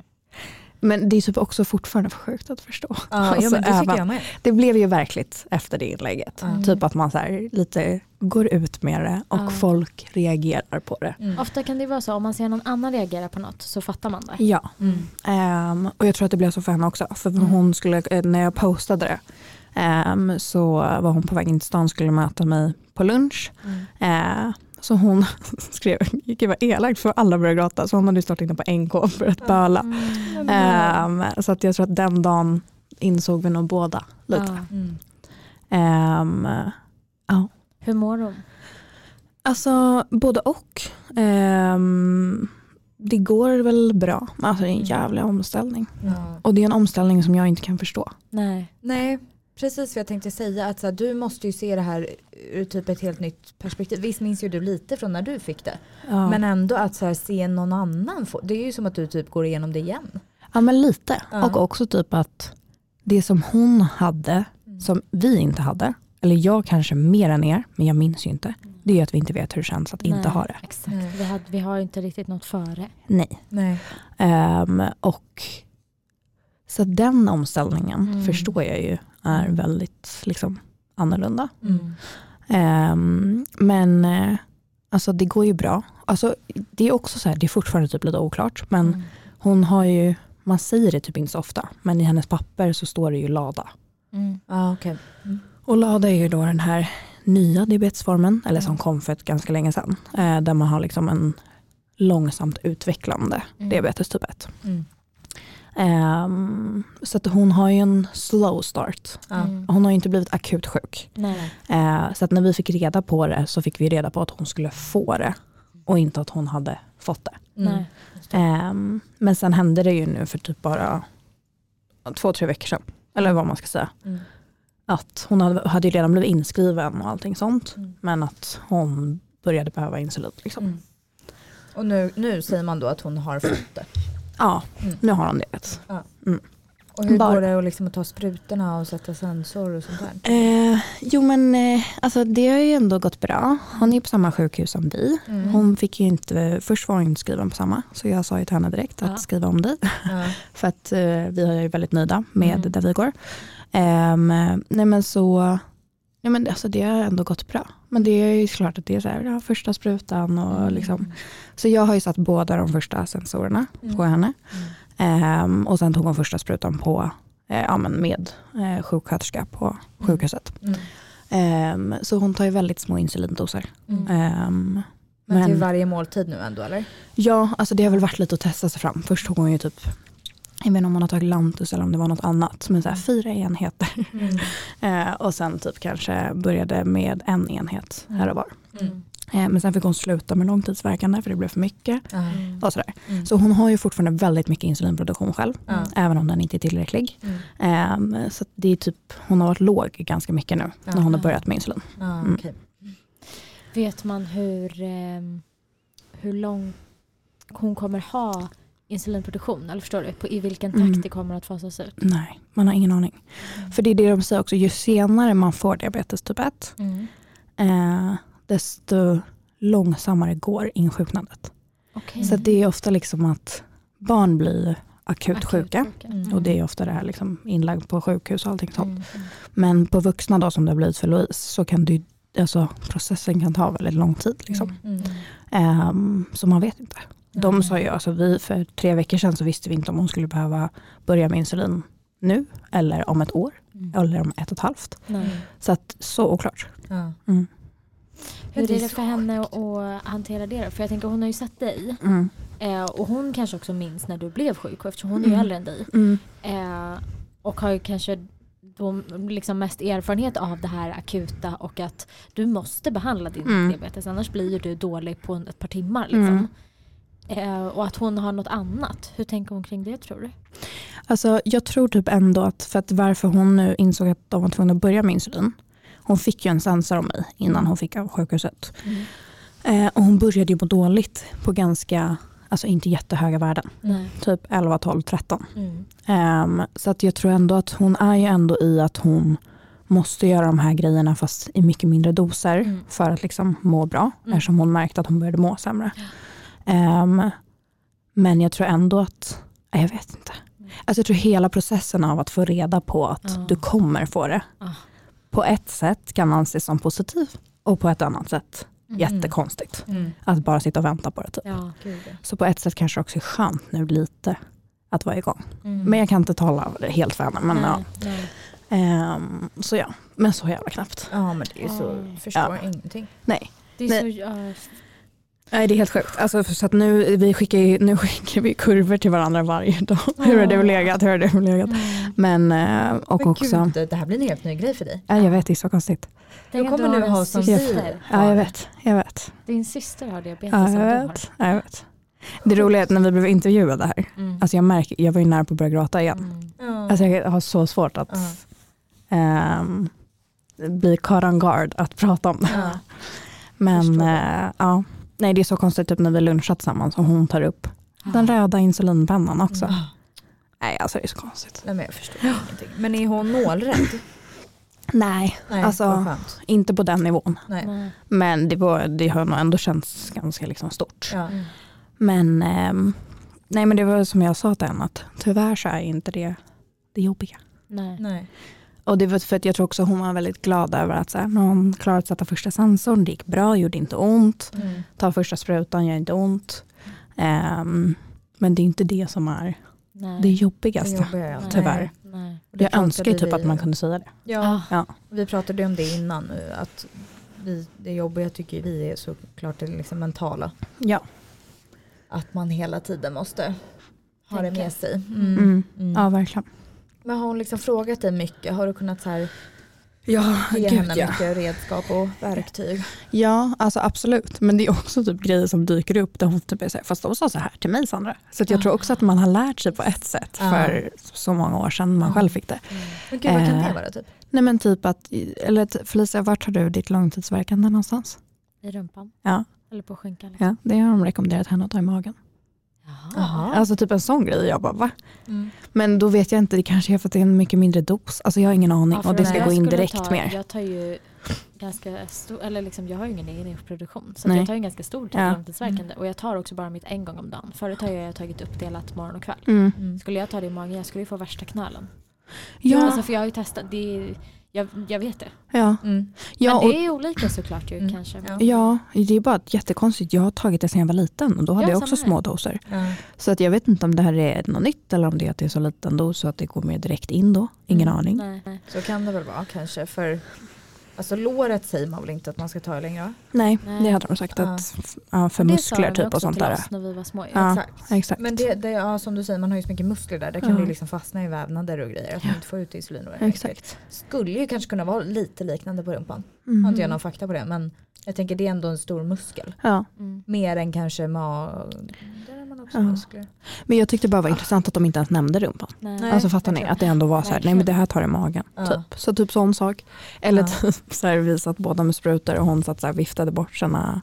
[SPEAKER 2] Men det är typ också fortfarande för sjukt att förstå.
[SPEAKER 3] (laughs) Ja, ja
[SPEAKER 2] Alltså,
[SPEAKER 3] men det tycker
[SPEAKER 2] Eva.
[SPEAKER 3] jag med.
[SPEAKER 2] Det blev ju verkligt efter det inlägget.
[SPEAKER 3] Ja.
[SPEAKER 2] Typ att man så här lite går ut med det och
[SPEAKER 1] Ja.
[SPEAKER 2] folk reagerar på det.
[SPEAKER 3] Mm.
[SPEAKER 1] Ofta kan det vara så, om man ser någon annan reagera på något så fattar man det.
[SPEAKER 2] Ja,
[SPEAKER 3] Mm.
[SPEAKER 2] ehm, och jag tror att det blev så för henne också. För
[SPEAKER 1] Mm.
[SPEAKER 2] hon skulle, eh, när jag postade det ehm, så var hon på väg in till stan och skulle möta mig på lunch.
[SPEAKER 3] Mm.
[SPEAKER 2] Eh, så hon (laughs) skrev, gud vad elakt för alla började gråta. Så hon hade ju startat inne på NK för att böla.
[SPEAKER 1] Mm.
[SPEAKER 2] Ehm, så att jag tror att den dagen insåg vi nog båda lite.
[SPEAKER 1] Ja.
[SPEAKER 3] Mm.
[SPEAKER 2] Ehm,
[SPEAKER 1] Hur mår hon?
[SPEAKER 2] alltså både och. Ehm, det går väl bra. Alltså det är en
[SPEAKER 3] Mm.
[SPEAKER 2] jävla omställning.
[SPEAKER 3] Ja.
[SPEAKER 2] Och det är en omställning som jag inte kan förstå.
[SPEAKER 1] Nej.
[SPEAKER 3] Nej, precis vad jag tänkte säga. Att så här, du måste ju se det här ur typ ett helt nytt perspektiv. Visst minns ju du lite från när du fick det.
[SPEAKER 2] Ja.
[SPEAKER 3] Men ändå att så här, se någon annan få. Det är ju som att du typ går igenom det igen.
[SPEAKER 2] ja men lite.
[SPEAKER 3] Ja.
[SPEAKER 2] Och också typ att det som hon hade
[SPEAKER 1] Mm.
[SPEAKER 2] som vi inte hade, eller jag kanske mer än er, men jag minns ju inte. Det är att vi inte vet hur det känns att inte
[SPEAKER 1] Mm. Nej,
[SPEAKER 2] ha det.
[SPEAKER 1] Exakt.
[SPEAKER 3] Nej.
[SPEAKER 1] Vi, hade, vi har inte riktigt något före.
[SPEAKER 2] Nej.
[SPEAKER 3] Nej.
[SPEAKER 2] Ehm, och så den omställningen
[SPEAKER 1] Mm.
[SPEAKER 2] förstår jag ju är väldigt liksom, annorlunda.
[SPEAKER 3] Mm.
[SPEAKER 2] Ehm, men eh, alltså, det går ju bra. Alltså, det är också så här, det är fortfarande typ lite oklart, men
[SPEAKER 1] Mm.
[SPEAKER 2] hon har ju, man säger det typ inte så ofta, men i hennes papper så står det ju LADA.
[SPEAKER 1] Mm.
[SPEAKER 3] Ja, okej.
[SPEAKER 2] Och LADA är ju då den här nya diabetesformen, eller som
[SPEAKER 1] Mm.
[SPEAKER 2] kom för ett ganska länge sedan, eh, där man har liksom en långsamt utvecklande
[SPEAKER 1] Mm.
[SPEAKER 2] diabetes typ 1.
[SPEAKER 3] Mm.
[SPEAKER 2] Ehm, så att hon har ju en slow start.
[SPEAKER 3] Ja.
[SPEAKER 1] Mm.
[SPEAKER 2] Hon har ju inte blivit akut sjuk.
[SPEAKER 1] Nej.
[SPEAKER 2] Eh, så att när vi fick reda på det så fick vi reda på att hon skulle få det och inte att hon hade fått det.
[SPEAKER 3] Mm.
[SPEAKER 1] Nej.
[SPEAKER 2] Ehm, men sen hände det ju nu för typ bara två, tre veckor sedan, eller vad man ska säga,
[SPEAKER 3] Mm.
[SPEAKER 2] att hon hade, hade ju redan blivit inskriven och allting sånt,
[SPEAKER 3] Mm.
[SPEAKER 2] men att hon började behöva insulin. Liksom.
[SPEAKER 3] Mm. Och nu, nu säger man då att hon har fått det.
[SPEAKER 2] Ja,
[SPEAKER 3] Mm.
[SPEAKER 2] nu har hon det.
[SPEAKER 3] Och hur
[SPEAKER 2] Bara-
[SPEAKER 3] går det att liksom ta sprutorna och sätta sensor och sånt där?
[SPEAKER 2] Eh, jo men eh, alltså det har ju ändå gått bra. Hon är på samma sjukhus som vi,
[SPEAKER 3] Mm.
[SPEAKER 2] Eh, Hon fick ju inte, först var hon inte skriven på samma, så jag sa ju till henne direkt att
[SPEAKER 1] Ja.
[SPEAKER 2] skriva om dig.
[SPEAKER 3] Ja.
[SPEAKER 2] (laughs) För att eh, vi är ju väldigt nöjda med
[SPEAKER 1] Mm.
[SPEAKER 2] där vi går. Ehm, nej men så, nej men alltså det har ändå gått bra. Men det är ju klart att det är så här, ja, första sprutan
[SPEAKER 1] Mm.
[SPEAKER 2] och liksom. Så jag har ju satt båda de första sensorerna på
[SPEAKER 3] Mm.
[SPEAKER 2] henne.
[SPEAKER 3] Mm.
[SPEAKER 2] Ehm, och sen tog hon första sprutan på, eh, ja, men med eh, sjuksköterska på sjukhuset.
[SPEAKER 3] Mm.
[SPEAKER 2] Ehm, så hon tar ju väldigt små insulindoser.
[SPEAKER 3] Mm.
[SPEAKER 2] Ehm,
[SPEAKER 3] Men till varje måltid nu ändå eller?
[SPEAKER 2] Ja, alltså det har väl varit lite att testa sig fram. Först tog hon ju typ, jag vet inte om hon har tagit Lantus eller om det var något annat, men så här, fyra enheter. Ehm, (laughs)
[SPEAKER 3] Mm.
[SPEAKER 2] Eh, och sen typ kanske började med en enhet här och var.
[SPEAKER 3] Mm.
[SPEAKER 2] Eh, Men sen fick hon sluta med långtidsverkande för det blev för mycket.
[SPEAKER 3] Ja.
[SPEAKER 2] Och sådär.
[SPEAKER 3] Mm.
[SPEAKER 2] Så hon har ju fortfarande väldigt mycket insulinproduktion själv,
[SPEAKER 3] Ja.
[SPEAKER 2] även om den inte är tillräcklig.
[SPEAKER 3] Mm.
[SPEAKER 2] Eh, Så att det är typ, hon har varit låg ganska mycket nu när hon har
[SPEAKER 1] Ah.
[SPEAKER 2] börjat med insulin.
[SPEAKER 3] Ja,
[SPEAKER 2] Mm.
[SPEAKER 3] okej.
[SPEAKER 1] Vet man hur, ehm, hur lång hon kommer ha insulinproduktion? Eller förstår du? På, I vilken takt
[SPEAKER 2] Mm.
[SPEAKER 1] det kommer att fasas ut?
[SPEAKER 2] Nej, man har ingen aning.
[SPEAKER 3] Mm.
[SPEAKER 2] För det är det de säger också, ju senare man får diabetes typ 1,
[SPEAKER 1] Mm.
[SPEAKER 2] eh, desto långsammare går insjuknandet.
[SPEAKER 3] Mm.
[SPEAKER 1] Okej.
[SPEAKER 2] Så att det är ofta liksom att barn blir akut,
[SPEAKER 1] Akut
[SPEAKER 2] sjuka.
[SPEAKER 3] Mm.
[SPEAKER 2] Och det är ofta det här liksom inlagd på sjukhus och allting sånt.
[SPEAKER 3] Mm.
[SPEAKER 2] Men på vuxna då som det har blivit för Louise så kan det ju, alltså processen kan ta väldigt lång tid. Liksom.
[SPEAKER 3] Mm.
[SPEAKER 2] Ehm, så man vet inte. De
[SPEAKER 3] Ja.
[SPEAKER 2] sa ju, alltså vi för tre veckor sedan så visste vi inte om hon skulle behöva börja med insulin nu eller om ett år
[SPEAKER 1] Mm.
[SPEAKER 2] eller om ett och ett halvt.
[SPEAKER 3] Mm.
[SPEAKER 1] Nej.
[SPEAKER 2] Så att, så oklart.
[SPEAKER 3] Ja.
[SPEAKER 2] Mm.
[SPEAKER 1] Hur är
[SPEAKER 3] det är
[SPEAKER 1] det
[SPEAKER 3] så
[SPEAKER 1] för henne att hantera det då? För jag tänker hon har ju sett dig.
[SPEAKER 2] Mm.
[SPEAKER 1] Eh, och hon kanske också minns när du blev sjuk eftersom hon är ju
[SPEAKER 2] Mm.
[SPEAKER 1] äldre än dig.
[SPEAKER 2] Mm.
[SPEAKER 1] Eh, och har ju kanske då liksom mest erfarenhet av det här akuta och att du måste behandla din
[SPEAKER 2] Mm.
[SPEAKER 1] diabetes annars blir ju du dålig på ett par timmar. Liksom.
[SPEAKER 2] Mm.
[SPEAKER 1] Eh, och att hon har något annat. Hur tänker hon kring det tror du?
[SPEAKER 2] Alltså, jag tror typ ändå att, för att varför hon nu insåg att de var tvungna att börja med insulin, hon fick ju en sensor om mig innan hon fick av sjukhuset.
[SPEAKER 1] Mm.
[SPEAKER 2] Eh, och hon började ju må dåligt på ganska, alltså inte jättehöga värden,
[SPEAKER 1] Nej.
[SPEAKER 2] typ 11, 12, 13.
[SPEAKER 1] Mm.
[SPEAKER 2] Ehm, så att jag tror ändå att hon är ju ändå i att hon måste göra de här grejerna fast i mycket mindre doser
[SPEAKER 1] Mm.
[SPEAKER 2] för att liksom må bra
[SPEAKER 1] Mm.
[SPEAKER 2] eftersom hon märkte att hon började må sämre. Ehm, men jag tror ändå att, nej, jag vet inte.
[SPEAKER 1] Mm.
[SPEAKER 2] Alltså jag tror hela processen av att få reda på att
[SPEAKER 1] Ja.
[SPEAKER 2] du kommer få det
[SPEAKER 1] Ah.
[SPEAKER 2] på ett sätt kan anses som positiv och på ett annat sätt
[SPEAKER 1] Mm.
[SPEAKER 2] jättekonstigt.
[SPEAKER 3] Mm.
[SPEAKER 2] Att bara sitta och vänta på det. Typ.
[SPEAKER 1] Ja.
[SPEAKER 3] Gud.
[SPEAKER 2] Så på ett sätt kanske det också är skönt nu lite att vara igång.
[SPEAKER 1] Mm.
[SPEAKER 2] Men jag kan inte tala helt för henne. Men, ja.
[SPEAKER 1] Nej, nej.
[SPEAKER 2] Ehm, så ja, men så jävla knappt.
[SPEAKER 3] Ja men det är ju så,
[SPEAKER 1] Ja.
[SPEAKER 3] förstår ingenting.
[SPEAKER 2] Nej.
[SPEAKER 1] Det är
[SPEAKER 2] Nej.
[SPEAKER 1] så, ja,
[SPEAKER 2] Nej det är helt sjukt. Alltså, för- så att nu, vi skickar ju, nu (laughs) skickar vi kurvor till varandra varje dag. Hur har du legat? Hur har du legat?
[SPEAKER 1] mm.
[SPEAKER 2] Men, eh, och
[SPEAKER 3] Men
[SPEAKER 2] också,
[SPEAKER 3] gud, det- det här blir en helt ny grej för dig.
[SPEAKER 2] Nej, jag vet det är så konstigt.
[SPEAKER 1] Tänk
[SPEAKER 3] Då
[SPEAKER 1] att
[SPEAKER 3] kommer
[SPEAKER 1] har
[SPEAKER 3] du
[SPEAKER 1] en
[SPEAKER 3] ha som
[SPEAKER 1] syster.
[SPEAKER 2] Ja jag vet, jag vet.
[SPEAKER 1] Din syster har diabetes
[SPEAKER 2] Ja,
[SPEAKER 1] som du
[SPEAKER 2] jag
[SPEAKER 1] har.
[SPEAKER 2] vet. Ja, jag vet. Det roliga är att när vi blev intervjuade här,
[SPEAKER 1] Mm.
[SPEAKER 2] alltså jag, märker, jag var ju nära på att börja gråta igen.
[SPEAKER 1] Mm.
[SPEAKER 3] Ja.
[SPEAKER 2] Alltså jag har så svårt att (laughs) ehm, bli caught on guard att prata om det.
[SPEAKER 3] Ja.
[SPEAKER 2] Men
[SPEAKER 3] Förstår
[SPEAKER 2] eh, ja, nej det är så konstigt typ när vi lunchat tillsammans och hon tar upp den röda insulinpennan också.
[SPEAKER 3] Mm.
[SPEAKER 2] Nej alltså det är så konstigt.
[SPEAKER 3] Nej men jag förstår ingenting. Men är
[SPEAKER 2] (clears throat)
[SPEAKER 3] hon nålrädd?
[SPEAKER 2] Nej,
[SPEAKER 3] Nej,
[SPEAKER 2] Alltså-
[SPEAKER 3] vad skönt.
[SPEAKER 2] inte på den nivån.
[SPEAKER 3] Nej.
[SPEAKER 1] Nej.
[SPEAKER 2] Men det, var, det har nog ändå känts ganska liksom stort.
[SPEAKER 3] Ja.
[SPEAKER 1] Mm.
[SPEAKER 2] Men, ehm, nej, men det var som jag sa till henne att tyvärr så är inte det det jobbiga.
[SPEAKER 1] Nej.
[SPEAKER 3] Nej.
[SPEAKER 2] Och det var för att jag tror också hon var väldigt glad över att så här, när hon klarade att sätta första sensorn, det gick bra, gjorde inte ont.
[SPEAKER 3] Mm.
[SPEAKER 2] Ta första sprutan, gör inte ont. Ehm, men det är inte det som är
[SPEAKER 1] Nej.
[SPEAKER 2] Mm. det
[SPEAKER 3] Det
[SPEAKER 2] jobbigaste.
[SPEAKER 3] jobbar jag.
[SPEAKER 2] Tyvärr.
[SPEAKER 3] Nej.
[SPEAKER 1] Nej. Ah.
[SPEAKER 3] Och det
[SPEAKER 2] jag önskar ju
[SPEAKER 3] pratade
[SPEAKER 2] typ att
[SPEAKER 3] vi-
[SPEAKER 2] man kunde säga det.
[SPEAKER 3] Ja,
[SPEAKER 2] Ja.
[SPEAKER 3] vi pratade om det innan nu. Att vi, det jobbiga tycker vi är såklart det liksom mentala.
[SPEAKER 2] Ja.
[SPEAKER 3] Att man hela tiden måste ha det
[SPEAKER 1] Tänka.
[SPEAKER 3] med sig.
[SPEAKER 1] Mm.
[SPEAKER 2] Mm.
[SPEAKER 3] Mm.
[SPEAKER 2] ja, verkligen.
[SPEAKER 3] Men har hon liksom frågat dig mycket? Har du kunnat så här
[SPEAKER 2] Ah, Ja, Eh.
[SPEAKER 3] ge henne mycket redskap och
[SPEAKER 2] (laughs)
[SPEAKER 3] verktyg?
[SPEAKER 2] Ja, alltså absolut. Men det är också typ grejer som dyker upp där hon typ är så här, fast de sa så här till mig Sandra. Så att jag tror också att man har lärt sig på ett sätt
[SPEAKER 3] Ja.
[SPEAKER 2] för så många år sedan man själv fick det.
[SPEAKER 3] Men gud vad kan
[SPEAKER 2] Eh.
[SPEAKER 3] det vara typ?
[SPEAKER 2] Nej men typ att, eller t- Felicia, vart har du ditt långtidsverkande någonstans?
[SPEAKER 1] I rumpan?
[SPEAKER 2] Ja.
[SPEAKER 1] Eller på skinkan? Liksom.
[SPEAKER 2] Ja, det har de rekommenderat henne att ta i magen.
[SPEAKER 3] Jaha.
[SPEAKER 2] Alltså typ en sån grej. Jag bara va?
[SPEAKER 1] Mm.
[SPEAKER 2] Men då vet jag inte, det kanske är för att det är en mycket mindre dos. Alltså jag har ingen aning
[SPEAKER 1] för
[SPEAKER 2] och det
[SPEAKER 1] om
[SPEAKER 2] ska
[SPEAKER 1] jag
[SPEAKER 2] gå in
[SPEAKER 1] skulle
[SPEAKER 2] direkt
[SPEAKER 1] ta,
[SPEAKER 2] mer.
[SPEAKER 1] Jag tar ju ganska stor, eller liksom jag har ju ingen egen produktion så att
[SPEAKER 2] Nej.
[SPEAKER 1] jag tar ju en ganska stor del
[SPEAKER 2] Ja. Mm.
[SPEAKER 1] långtidsverkande och jag tar också bara mitt en gång om dagen. Förut har jag tagit uppdelat morgon och kväll.
[SPEAKER 2] Mm.
[SPEAKER 3] Mm.
[SPEAKER 1] Skulle jag ta det i magen, jag skulle ju få värsta knölen. Alltså
[SPEAKER 2] Ja,
[SPEAKER 1] för jag har ju testat, det är, jag, jag vet det.
[SPEAKER 2] ja.
[SPEAKER 3] Mm.
[SPEAKER 2] ja,
[SPEAKER 1] Men
[SPEAKER 2] och,
[SPEAKER 1] det är ju olika såklart ju
[SPEAKER 3] Mm.
[SPEAKER 1] kanske.
[SPEAKER 3] Ja.
[SPEAKER 2] ja, det är bara att jättekonstigt. Jag har tagit det sedan jag var liten och då hade
[SPEAKER 1] Ja,
[SPEAKER 2] jag också
[SPEAKER 1] samma här.
[SPEAKER 2] små doser.
[SPEAKER 3] Ja.
[SPEAKER 2] Så att jag vet inte om det här är något nytt eller om det är att det är så liten dos så att det går mer direkt in då. Ingen aning.
[SPEAKER 1] Nej, nej.
[SPEAKER 3] Så kan det väl vara kanske för Alltså låret säger man väl inte att man ska ta längre va?
[SPEAKER 2] Nej,
[SPEAKER 1] Nej.
[SPEAKER 2] det hade de sagt
[SPEAKER 3] Ja.
[SPEAKER 2] att ja, för
[SPEAKER 1] Det sa
[SPEAKER 2] muskler
[SPEAKER 1] de
[SPEAKER 2] typ
[SPEAKER 1] också
[SPEAKER 2] och sånt
[SPEAKER 1] till
[SPEAKER 2] där.
[SPEAKER 1] oss när vi var små. ju.
[SPEAKER 2] Ja.
[SPEAKER 3] Exakt.
[SPEAKER 2] Exakt.
[SPEAKER 3] Men det, det, ja, som du säger, man har ju så mycket muskler där. Där kan
[SPEAKER 2] Ja.
[SPEAKER 3] det ju liksom fastna i vävnader och grejer. Att man inte får ut insulin. Och det där.
[SPEAKER 2] Exakt.
[SPEAKER 3] Skulle ju kanske kunna vara lite liknande på rumpan.
[SPEAKER 2] Mm.
[SPEAKER 3] Har inte jag någon fakta på det. Men jag tänker det är ändå en stor muskel.
[SPEAKER 2] Ja.
[SPEAKER 1] Mm.
[SPEAKER 3] Mer än kanske mag. Där har man också
[SPEAKER 2] Ja.
[SPEAKER 3] muskler.
[SPEAKER 2] Men jag tyckte bara var intressant att de inte ens nämnde rumpan.
[SPEAKER 1] Nej.
[SPEAKER 3] Nej.
[SPEAKER 2] alltså fattar ni?
[SPEAKER 3] verkligen.
[SPEAKER 2] Att det ändå var så här, nej men det här tar i magen.
[SPEAKER 3] Ja.
[SPEAKER 2] Typ. Så typ sån sak. Eller
[SPEAKER 3] Ja.
[SPEAKER 2] typ så här visat båda med sprutor och hon satt så här viftade bort sina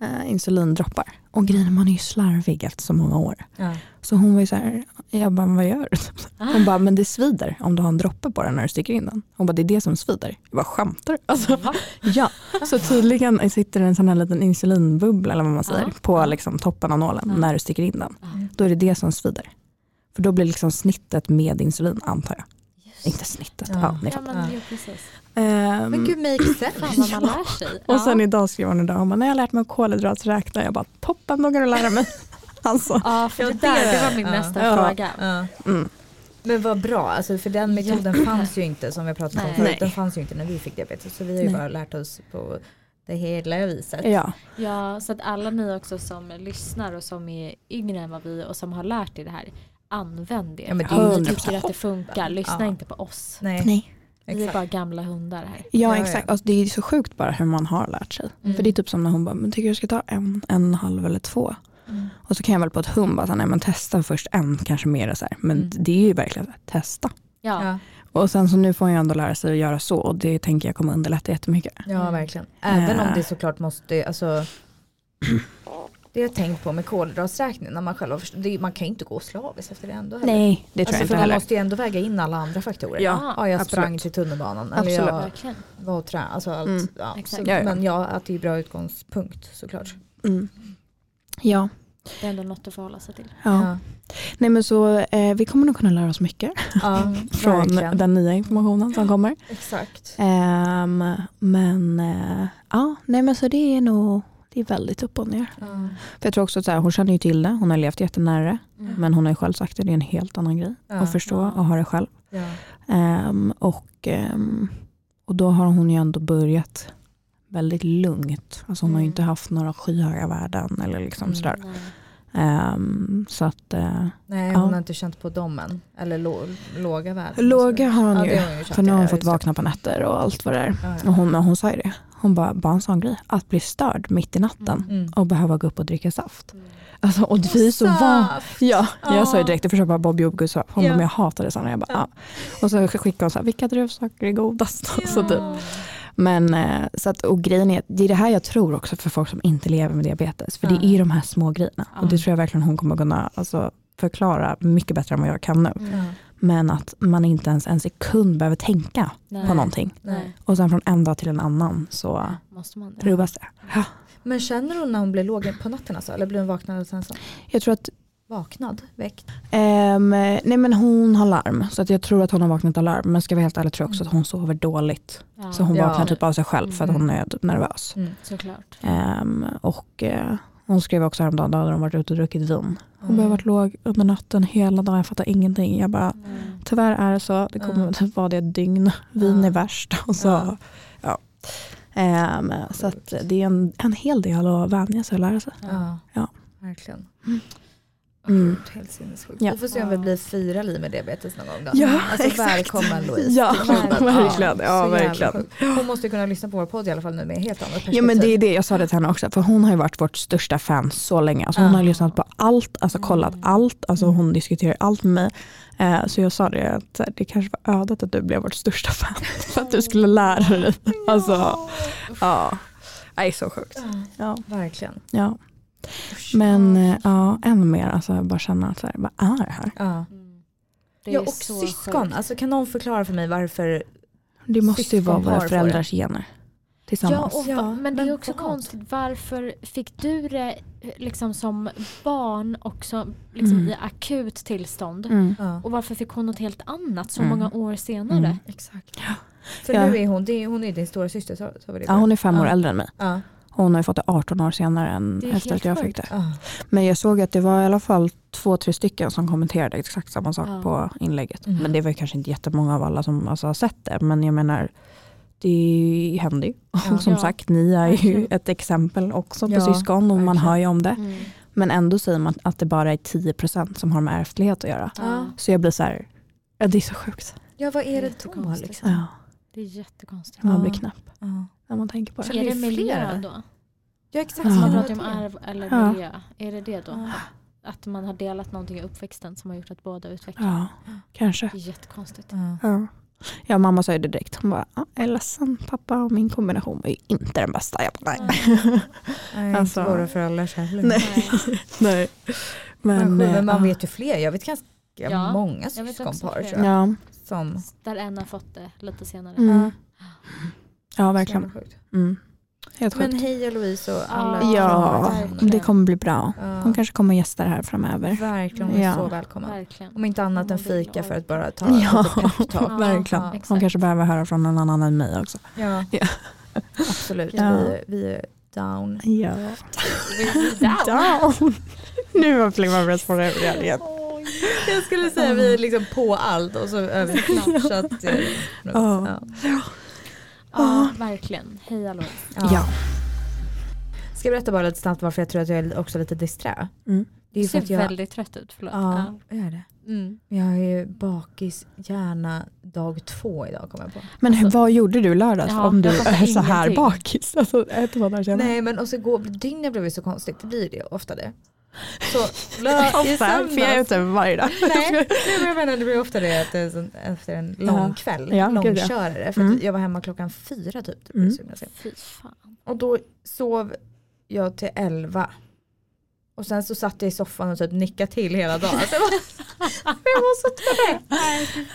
[SPEAKER 2] eh, insulindroppar. Och grejen är, man är ju slarvig efter så många år.
[SPEAKER 3] Ja.
[SPEAKER 2] Så hon var ju så här, jag bara vad gör du?
[SPEAKER 1] Ah.
[SPEAKER 2] Hon bara, men det svider om du har en droppe på den när du sticker in den. Hon bara, det är det som svider. Jag bara, skämtar du? alltså,
[SPEAKER 1] Va?
[SPEAKER 2] (laughs) ja. Så tydligen sitter det en sån här liten insulinbubbla eller vad man säger
[SPEAKER 1] Ja.
[SPEAKER 2] på liksom toppen av nålen
[SPEAKER 1] Ja.
[SPEAKER 2] när du sticker in den.
[SPEAKER 1] Ja.
[SPEAKER 2] Då är det det som svider. För då blir liksom snittet med insulin antar jag.
[SPEAKER 1] Just.
[SPEAKER 2] Inte snittet, ja,
[SPEAKER 3] Ja.
[SPEAKER 2] ni
[SPEAKER 1] Ja
[SPEAKER 2] fattar.
[SPEAKER 1] men ja, precis.
[SPEAKER 2] Ehm,
[SPEAKER 3] Men gud makes
[SPEAKER 1] Fan
[SPEAKER 3] sense.
[SPEAKER 1] vad man lär sig.
[SPEAKER 2] (laughs) och
[SPEAKER 1] Ja.
[SPEAKER 2] sen idag skrev hon idag, hon bara, när jag lärt mig att kolhydraträkna, jag bara, toppen då kan du lära mig. (laughs) alltså,
[SPEAKER 1] Ja för
[SPEAKER 3] Ja,
[SPEAKER 1] det där det
[SPEAKER 3] det-
[SPEAKER 1] var min
[SPEAKER 3] ja.
[SPEAKER 1] nästa
[SPEAKER 2] Ja.
[SPEAKER 1] fråga.
[SPEAKER 3] Ja.
[SPEAKER 2] mm.
[SPEAKER 3] Men vad bra, alltså för den metoden fanns ju inte som vi har pratat om
[SPEAKER 1] Nej.
[SPEAKER 3] förut.
[SPEAKER 2] Nej.
[SPEAKER 3] Den fanns ju inte när vi fick diabetes. Så vi har ju
[SPEAKER 2] Nej.
[SPEAKER 3] bara lärt oss på det hela viset.
[SPEAKER 2] ja.
[SPEAKER 1] Ja, så att alla ni också som lyssnar och som är yngre än vad vi och som har lärt er det här, använd det.
[SPEAKER 3] Ja, men det
[SPEAKER 2] är
[SPEAKER 1] Om ni
[SPEAKER 2] 100%
[SPEAKER 1] tycker att det funkar, lyssna
[SPEAKER 3] Ja.
[SPEAKER 1] inte på oss.
[SPEAKER 3] Nej,
[SPEAKER 2] Nej.
[SPEAKER 1] Vi är
[SPEAKER 3] exakt.
[SPEAKER 1] bara gamla hundar här.
[SPEAKER 2] Ja
[SPEAKER 3] Ja,
[SPEAKER 2] exakt,
[SPEAKER 3] ja.
[SPEAKER 2] alltså, det är ju så sjukt bara hur man har lärt sig.
[SPEAKER 1] Mm.
[SPEAKER 2] För det är typ som när hon bara, men tycker du ska ta en, en och en halv eller två?
[SPEAKER 3] Mm.
[SPEAKER 2] Och så kan jag väl på ett hum bara, så här, nej men testa först en kanske mer så här. Men
[SPEAKER 3] Mm.
[SPEAKER 2] det är ju verkligen så här, testa.
[SPEAKER 1] Ja.
[SPEAKER 3] Ja,
[SPEAKER 2] Och sen så nu får jag ändå lära sig att göra så och det tänker jag kommer underlätta jättemycket.
[SPEAKER 3] ja
[SPEAKER 1] Mm.
[SPEAKER 3] verkligen. Även
[SPEAKER 2] Eh.
[SPEAKER 3] om det såklart måste, alltså det har jag tänkt på med kolhydraträkning när man själv har förstått, det- man kan ju inte gå slaviskt efter det ändå heller.
[SPEAKER 2] Nej, det tror jag
[SPEAKER 3] alltså, för
[SPEAKER 2] inte
[SPEAKER 3] man
[SPEAKER 2] heller.
[SPEAKER 3] måste ju ändå väga in alla andra faktorer.
[SPEAKER 2] Ja,
[SPEAKER 3] ja jag sprang
[SPEAKER 2] absolut.
[SPEAKER 3] till tunnelbanan eller
[SPEAKER 2] Absolut.
[SPEAKER 3] jag
[SPEAKER 1] Ah, Verkligen.
[SPEAKER 3] var och tränade. Alltså allt,
[SPEAKER 2] Mm.
[SPEAKER 3] ja, så,
[SPEAKER 1] Exakt.
[SPEAKER 2] Ja, ja.
[SPEAKER 3] Men ja, att det är bra utgångspunkt såklart.
[SPEAKER 2] Mm. Ja,
[SPEAKER 1] Det är ändå något att förhålla sig till.
[SPEAKER 2] ja. Nej men så eh, vi kommer nog kunna lära oss mycket
[SPEAKER 3] Ja,
[SPEAKER 2] från
[SPEAKER 3] verkligen.
[SPEAKER 2] den nya informationen som kommer.
[SPEAKER 3] Exakt.
[SPEAKER 2] Ehm, men eh, ja, nej men så det är nog, det är väldigt upp och ner.
[SPEAKER 3] Ja.
[SPEAKER 2] För jag tror också att så här, hon känner ju till det, hon har levt jättenära det.
[SPEAKER 1] Mm.
[SPEAKER 2] Men hon har ju själv sagt att det är en helt annan grej
[SPEAKER 3] Ja.
[SPEAKER 2] att förstå
[SPEAKER 1] Ja.
[SPEAKER 2] och ha det själv.
[SPEAKER 3] Ja.
[SPEAKER 2] Ehm, och, ehm, och då har hon ju ändå börjat väldigt lugnt. Alltså hon har ju
[SPEAKER 1] Mm.
[SPEAKER 2] inte haft några skyhöga värden eller liksom
[SPEAKER 3] Mm.
[SPEAKER 2] sådär.
[SPEAKER 1] Nej.
[SPEAKER 2] Ehm, så att eh,
[SPEAKER 3] Nej
[SPEAKER 2] Ja.
[SPEAKER 3] hon har inte känt på dem än. Eller lå- låga värden.
[SPEAKER 2] låga har hon
[SPEAKER 3] Ja, det
[SPEAKER 2] ju.
[SPEAKER 3] har hon ju känt.
[SPEAKER 2] För nu har
[SPEAKER 3] ja,
[SPEAKER 2] hon
[SPEAKER 3] just
[SPEAKER 2] fått
[SPEAKER 3] det.
[SPEAKER 2] vakna på nätter och allt vad det är.
[SPEAKER 3] Ja,
[SPEAKER 2] Och
[SPEAKER 3] ja.
[SPEAKER 2] hon, hon sa ju det. Hon bara, bara en sån grej. Att bli störd mitt i natten
[SPEAKER 1] Mm.
[SPEAKER 3] Mm.
[SPEAKER 2] och behöva gå upp och dricka saft.
[SPEAKER 1] Mm.
[SPEAKER 2] Alltså, och vi är så vana Ja,
[SPEAKER 3] Ja.
[SPEAKER 2] jag sa ju direkt, du får köpa Bobby Jordgubbs Hon bara,
[SPEAKER 3] Ja.
[SPEAKER 2] men jag hatar det. sa hon. Jag bara, ja. Och så skickade hon så här, vilka druvsaker är godast? (laughs) Så typ.
[SPEAKER 1] Mm.
[SPEAKER 2] Men, eh, så att, och grejen är, det är det här jag tror också för folk som inte lever med diabetes. För det
[SPEAKER 1] Ja.
[SPEAKER 2] är ju de här små grejerna.
[SPEAKER 1] Ja.
[SPEAKER 2] Och det tror jag verkligen hon kommer kunna alltså, förklara mycket bättre än vad jag kan nu.
[SPEAKER 3] Ja.
[SPEAKER 2] Men att man inte ens en sekund behöver tänka
[SPEAKER 1] Nej.
[SPEAKER 2] på någonting.
[SPEAKER 1] Nej.
[SPEAKER 2] Och sen från en dag till en annan så
[SPEAKER 1] Måste man det?
[SPEAKER 2] rubbas det. Ja.
[SPEAKER 3] Men känner hon när hon blir låg på natten alltså? Eller blir hon vaknad och sen så?
[SPEAKER 2] Jag tror att
[SPEAKER 3] Vaknad? Väckt?
[SPEAKER 2] Ehm, nej men hon har larm, så att jag tror att hon har vaknat av larm. Men ska vi vara helt ärlig tror jag också att hon sover dåligt.
[SPEAKER 1] Ja.
[SPEAKER 2] Så hon
[SPEAKER 3] Ja.
[SPEAKER 2] vaknar typ av sig själv för att hon är typ nervös.
[SPEAKER 3] Mm.
[SPEAKER 1] Såklart.
[SPEAKER 2] Ehm, och eh, hon skrev också häromdagen, då hade de varit ute och druckit vin. Hon bara,
[SPEAKER 3] Mm.
[SPEAKER 2] jag har varit låg under natten hela dagen, jag fattar ingenting. Jag bara,
[SPEAKER 1] Mm.
[SPEAKER 2] tyvärr är det så, det kommer
[SPEAKER 3] Mm.
[SPEAKER 2] typ vara det ett dygn. Vin
[SPEAKER 3] Ja.
[SPEAKER 2] är värst. Och så,
[SPEAKER 3] Ja.
[SPEAKER 2] ja. Ehm, så att
[SPEAKER 3] Sjukt.
[SPEAKER 2] det är en, en hel del att vänja sig och lära sig.
[SPEAKER 3] Ja.
[SPEAKER 2] Ja.
[SPEAKER 3] Verkligen.
[SPEAKER 2] Mm.
[SPEAKER 3] Gud, Helt sinnessjukt.
[SPEAKER 2] Ja.
[SPEAKER 3] Vi får se om vi blir fyra liv med diabetes någon gång då.
[SPEAKER 2] Ja, (laughs)
[SPEAKER 3] alltså,
[SPEAKER 2] exakt.
[SPEAKER 3] (laughs) Välkommen Louise.
[SPEAKER 2] Ja,
[SPEAKER 3] till klubben.
[SPEAKER 2] verkligen. Ja,
[SPEAKER 3] så jävla
[SPEAKER 2] verkligen.
[SPEAKER 3] sjukt. Hon måste ju kunna lyssna på vår podd i alla fall nu med helt andra perspektiv.
[SPEAKER 2] Ja men det är det jag sa det till henne också, för hon har ju varit vårt största fan så länge. Alltså hon har
[SPEAKER 3] Ja.
[SPEAKER 2] lyssnat på allt, alltså kollat
[SPEAKER 1] Mm.
[SPEAKER 2] allt, alltså
[SPEAKER 3] Mm.
[SPEAKER 2] hon diskuterar allt med mig. Eh, så jag sa det att så här, det kanske var ödet att du blev vårt största fan (laughs) för att du skulle lära dig. Alltså, ja. Nej så sjukt. Ja.
[SPEAKER 3] Verkligen.
[SPEAKER 2] ja.
[SPEAKER 3] Usch.
[SPEAKER 2] Men eh, ja, än mer, alltså jag bara känna att så här, vad är det här?
[SPEAKER 3] Ja.
[SPEAKER 1] Mm. Det
[SPEAKER 3] Ja,
[SPEAKER 1] är
[SPEAKER 3] och
[SPEAKER 1] så
[SPEAKER 3] syskon,
[SPEAKER 1] sjukt.
[SPEAKER 3] alltså, kan någon förklara för mig varför?
[SPEAKER 2] Det måste ju vara
[SPEAKER 3] Syskonpar
[SPEAKER 2] våra
[SPEAKER 3] får
[SPEAKER 2] föräldrars gener
[SPEAKER 1] Ja,
[SPEAKER 2] tillsammans.
[SPEAKER 1] och,
[SPEAKER 3] Ja,
[SPEAKER 1] men det är
[SPEAKER 3] men
[SPEAKER 1] också
[SPEAKER 3] vad?
[SPEAKER 1] konstigt. Varför fick du det eh, liksom som barn också liksom
[SPEAKER 2] Mm.
[SPEAKER 1] i akut tillstånd?
[SPEAKER 2] Mm.
[SPEAKER 3] Ja.
[SPEAKER 1] Och varför fick hon något helt annat så
[SPEAKER 2] Mm.
[SPEAKER 1] många år senare?
[SPEAKER 2] Mm.
[SPEAKER 3] Exakt. För
[SPEAKER 2] Ja.
[SPEAKER 3] nu är hon, det är, hon är din stora syster sa sa vi det?
[SPEAKER 2] Ja, hon är fem år
[SPEAKER 3] Ja.
[SPEAKER 2] äldre än mig.
[SPEAKER 3] Ja.
[SPEAKER 2] Hon har ju fått det 18 år senare än
[SPEAKER 1] Det är
[SPEAKER 2] efter
[SPEAKER 1] helt
[SPEAKER 2] att jag
[SPEAKER 1] sjukt.
[SPEAKER 2] fick det.
[SPEAKER 3] Ja.
[SPEAKER 2] Men jag såg att det var i alla fall två, tre stycken som kommenterade exakt samma sak
[SPEAKER 1] Ja.
[SPEAKER 2] på inlägget.
[SPEAKER 3] Mm.
[SPEAKER 2] Men det var ju kanske inte jättemånga av alla som alltså, har sett det. Men jag menar, det händer ju.
[SPEAKER 3] Ja.
[SPEAKER 2] Och som
[SPEAKER 1] Ja.
[SPEAKER 2] sagt, ni är ju
[SPEAKER 1] Verkligen.
[SPEAKER 2] ett exempel också på
[SPEAKER 3] Ja,
[SPEAKER 2] syskon och man
[SPEAKER 3] verkligen.
[SPEAKER 2] hör ju om det.
[SPEAKER 1] Mm.
[SPEAKER 2] Men ändå säger man att det bara är 10% som har med ärftlighet att göra.
[SPEAKER 1] Ja.
[SPEAKER 2] Så jag blir så här, ja det är så sjukt.
[SPEAKER 3] Ja vad är det då
[SPEAKER 1] Jättekonstigt.
[SPEAKER 3] liksom?
[SPEAKER 2] Ja,
[SPEAKER 1] Det är jättekonstigt.
[SPEAKER 2] man
[SPEAKER 3] Ja.
[SPEAKER 2] blir knäpp
[SPEAKER 3] Ja,
[SPEAKER 2] när man tänker på det.
[SPEAKER 3] Känner
[SPEAKER 1] Är
[SPEAKER 3] vi
[SPEAKER 1] det miljö
[SPEAKER 3] flera?
[SPEAKER 1] då?
[SPEAKER 3] ja exakt.
[SPEAKER 2] Ja.
[SPEAKER 3] som
[SPEAKER 1] Man
[SPEAKER 3] jag
[SPEAKER 1] pratar ju om
[SPEAKER 3] var
[SPEAKER 1] arv eller
[SPEAKER 2] Ja.
[SPEAKER 1] miljö. Är det det då?
[SPEAKER 3] Ja.
[SPEAKER 1] Att- Att man har delat någonting i uppväxten som har gjort att båda utvecklas.
[SPEAKER 2] Ja, kanske.
[SPEAKER 1] Det är jättekonstigt.
[SPEAKER 3] Ja.
[SPEAKER 2] Ja. ja, mamma sa ju det direkt. Hon bara, "Ja, jag är ledsen pappa och min kombination är ju inte den bästa. Jag bara, nej.
[SPEAKER 3] Nej, inte
[SPEAKER 2] Alltså.
[SPEAKER 3] våra föräldrars heller.
[SPEAKER 2] Nej. (laughs) nej. Men,
[SPEAKER 3] Men, sju, men man
[SPEAKER 2] eh,
[SPEAKER 3] vet ju fler, jag vet ganska
[SPEAKER 1] Ja,
[SPEAKER 3] många
[SPEAKER 1] jag vet också
[SPEAKER 3] syskonpar
[SPEAKER 1] fler.
[SPEAKER 3] tror jag.
[SPEAKER 2] ja,
[SPEAKER 3] Som,
[SPEAKER 1] Där en har fått det lite senare.
[SPEAKER 2] mm. ja, verkligen.
[SPEAKER 3] som är sjukt.
[SPEAKER 2] Mm. Helt
[SPEAKER 3] Men
[SPEAKER 2] sjukt.
[SPEAKER 3] hej och Louise och alla.
[SPEAKER 1] Ja,
[SPEAKER 2] Ja,
[SPEAKER 1] verkligen.
[SPEAKER 2] det kommer bli bra.
[SPEAKER 3] Ja,
[SPEAKER 2] De kanske kommer gästa det här framöver.
[SPEAKER 3] Verkligen, hon är
[SPEAKER 2] Ja.
[SPEAKER 3] så välkommen.
[SPEAKER 1] Verkligen.
[SPEAKER 3] Om inte annat än fika för att bara ta
[SPEAKER 2] Ja.
[SPEAKER 3] lite
[SPEAKER 2] (laughs)
[SPEAKER 3] pepptalk.
[SPEAKER 2] Verkligen.
[SPEAKER 3] Ja,
[SPEAKER 2] De
[SPEAKER 1] exakt.
[SPEAKER 2] kanske behöver höra från någon annan än mig också.
[SPEAKER 3] Ja.
[SPEAKER 2] Ja.
[SPEAKER 3] Absolut,
[SPEAKER 2] Ja.
[SPEAKER 3] Vi, vi är down.
[SPEAKER 2] Ja.
[SPEAKER 1] We're down.
[SPEAKER 2] Down. (laughs) nu har Flimma Breast på det igen.
[SPEAKER 3] (laughs) Jag skulle säga vi är liksom på allt och så eh, är vi (laughs) knappt.
[SPEAKER 2] Ja.
[SPEAKER 1] Ja, verkligen. Hej Alois.
[SPEAKER 2] Ja.
[SPEAKER 3] Ska jag berätta bara lite snabbt varför jag tror att jag är också lite disträ?
[SPEAKER 2] Mm.
[SPEAKER 1] Du
[SPEAKER 3] Det är ju för
[SPEAKER 1] ser
[SPEAKER 3] att jag,
[SPEAKER 1] väldigt trött ut. Förlåt.
[SPEAKER 3] ja, jag är det.
[SPEAKER 1] Ja. Mm.
[SPEAKER 3] Men Jag är ju bakis gärna dag två idag kom jag på.
[SPEAKER 2] Men hur-
[SPEAKER 1] Alltså-
[SPEAKER 2] vad gjorde du lördags
[SPEAKER 1] Ja,
[SPEAKER 2] om du
[SPEAKER 1] jag fattar
[SPEAKER 2] är så här
[SPEAKER 1] ingenting.
[SPEAKER 2] bakis? Alltså, ett och dagar senare.
[SPEAKER 3] Nej men och så går, dygnet blev ju så konstigt, det blir det ju ofta det.
[SPEAKER 2] (laughs)
[SPEAKER 3] Så lö- i
[SPEAKER 2] Ofta, för jag är
[SPEAKER 3] söndags,
[SPEAKER 2] ute varje dag.
[SPEAKER 3] nej, nej men jag menar det blir ofta det att det är sån, efter en lång
[SPEAKER 2] Ja.
[SPEAKER 3] kväll,
[SPEAKER 2] Ja, gud, ja.
[SPEAKER 3] långkörare. För
[SPEAKER 2] Mm.
[SPEAKER 3] att jag var hemma klockan fyra typ. Det
[SPEAKER 2] Mm.
[SPEAKER 3] blev så himla sent.
[SPEAKER 1] Fy fan.
[SPEAKER 3] Och då sov jag till elva. Och sen så satt jag i soffan och typ nickade till hela dagen. Alltså, jag var- (laughs) jag var så trött.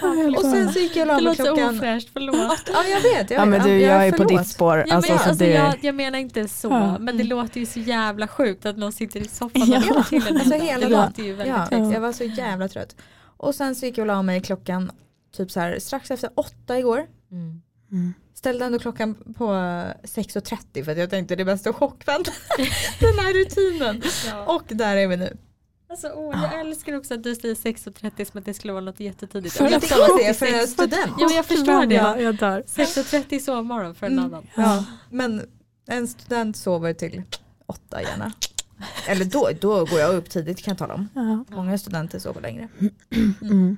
[SPEAKER 2] Alltså,
[SPEAKER 3] Och sen så gick jag och la
[SPEAKER 1] Det
[SPEAKER 3] mig
[SPEAKER 1] låter så
[SPEAKER 3] klockan...
[SPEAKER 1] ofräscht, förlåt.
[SPEAKER 3] Ja jag vet, jag
[SPEAKER 2] Ja men
[SPEAKER 3] vet.
[SPEAKER 2] du,
[SPEAKER 3] Ja,
[SPEAKER 2] jag är på
[SPEAKER 3] förlåt.
[SPEAKER 2] ditt spår.
[SPEAKER 1] Ja,
[SPEAKER 2] Alltså,
[SPEAKER 1] men jag,
[SPEAKER 2] så
[SPEAKER 1] alltså,
[SPEAKER 2] det är...
[SPEAKER 1] jag, jag menar inte så,
[SPEAKER 2] Ja.
[SPEAKER 1] men det låter ju så jävla sjukt att någon sitter i soffan och
[SPEAKER 2] Ja.
[SPEAKER 1] drar till en
[SPEAKER 3] Alltså,
[SPEAKER 1] hel dag.
[SPEAKER 3] hela
[SPEAKER 1] Det
[SPEAKER 3] dagen.
[SPEAKER 1] låter ju väldigt
[SPEAKER 3] Ja,
[SPEAKER 2] Ja.
[SPEAKER 3] jag var så jävla trött. Och sen så gick jag och la mig klockan typ så här, strax efter åtta igår.
[SPEAKER 2] Mm.
[SPEAKER 3] Ställde ändå klockan på 6.30 för att jag tänkte det är bäst att chockvänta (laughs) den här rutinen.
[SPEAKER 1] Ja.
[SPEAKER 3] Och där är vi nu.
[SPEAKER 1] Alltså, åh,
[SPEAKER 3] Ah.
[SPEAKER 1] jag älskar också att du säger 6.30 som att det skulle vara något jättetidigt.
[SPEAKER 2] För
[SPEAKER 1] Jag
[SPEAKER 3] Jag
[SPEAKER 2] att-
[SPEAKER 1] vet-
[SPEAKER 3] tänkte det för jag är student.
[SPEAKER 1] Ja, men jag förstår det.
[SPEAKER 2] jag dör.
[SPEAKER 1] 6.30 i sovmorgon för en
[SPEAKER 3] Mm.
[SPEAKER 1] annan.
[SPEAKER 3] Ja, men en student sover till åtta gärna. Eller då, då går jag upp tidigt kan jag tala om.
[SPEAKER 2] Ja.
[SPEAKER 3] Många studenter sover längre.
[SPEAKER 2] Mm.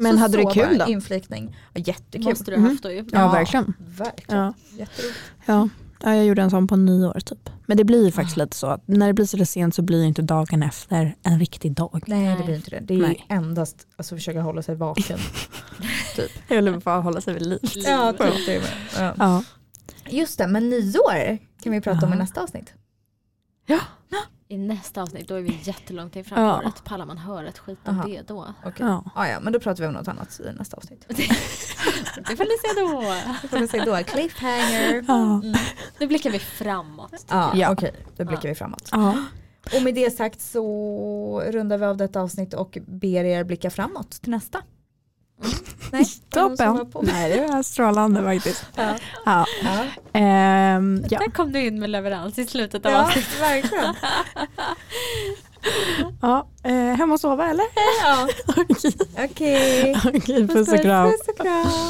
[SPEAKER 2] Men
[SPEAKER 3] Så
[SPEAKER 2] hade du
[SPEAKER 3] så
[SPEAKER 2] kul
[SPEAKER 3] bara
[SPEAKER 2] då?
[SPEAKER 3] Inflikning. Ja,
[SPEAKER 1] Det
[SPEAKER 3] jättekul.
[SPEAKER 1] måste du ha haft då ju.
[SPEAKER 2] Ja, verkligen.
[SPEAKER 3] Mm. Verkligen.
[SPEAKER 2] Ja.
[SPEAKER 3] Jätteroligt.
[SPEAKER 2] Ja. ja, jag gjorde en sån på nyår typ. Men det blir ju faktiskt lite så att när det blir så där sent så blir ju inte dagen efter en riktig dag.
[SPEAKER 3] Nej det
[SPEAKER 1] Nej.
[SPEAKER 3] blir inte det. Det är
[SPEAKER 2] Nej.
[SPEAKER 3] endast alltså, försöka hålla sig vaken.
[SPEAKER 2] Jag vill bara hålla sig vid (laughs) liv.
[SPEAKER 3] ja, typ det är med. ja.
[SPEAKER 2] Ja.
[SPEAKER 3] Just det, men nyår kan vi prata om i
[SPEAKER 2] Ja.
[SPEAKER 3] nästa avsnitt.
[SPEAKER 1] I nästa avsnitt, då är vi jättelångt in fram
[SPEAKER 2] Ja.
[SPEAKER 1] i året. Pallar man höra ett skit om
[SPEAKER 3] Aha.
[SPEAKER 1] det då?
[SPEAKER 3] Okej. Ja.
[SPEAKER 2] Ja.
[SPEAKER 3] ja, men då pratar vi om något annat i nästa avsnitt.
[SPEAKER 1] Det får ni se då.
[SPEAKER 3] Då får vi
[SPEAKER 2] (laughs)
[SPEAKER 3] se då, cliffhanger. Mm.
[SPEAKER 2] Ja.
[SPEAKER 1] Nu blickar vi framåt.
[SPEAKER 3] Ja,
[SPEAKER 2] Ja.
[SPEAKER 3] okej, då blickar vi framåt.
[SPEAKER 2] Ja.
[SPEAKER 3] Och med det sagt så rundar vi av detta avsnitt och ber er blicka framåt till nästa.
[SPEAKER 2] Mm. (laughs)
[SPEAKER 3] Nej, var det någon som
[SPEAKER 2] Toppen.
[SPEAKER 3] var på?
[SPEAKER 2] Nej, det var strålande faktiskt.
[SPEAKER 3] (laughs) Ja.
[SPEAKER 2] Ja.
[SPEAKER 3] Ja.
[SPEAKER 2] Ehm, ja.
[SPEAKER 1] Där kom du in med leverans i slutet av
[SPEAKER 3] ja, (laughs)
[SPEAKER 1] avsnittet.
[SPEAKER 3] verkligen.
[SPEAKER 2] ja. Eh, hem och sova eller?
[SPEAKER 3] Ja. (laughs) Okej,
[SPEAKER 2] Okej, puss och kram.
[SPEAKER 3] puss och kram.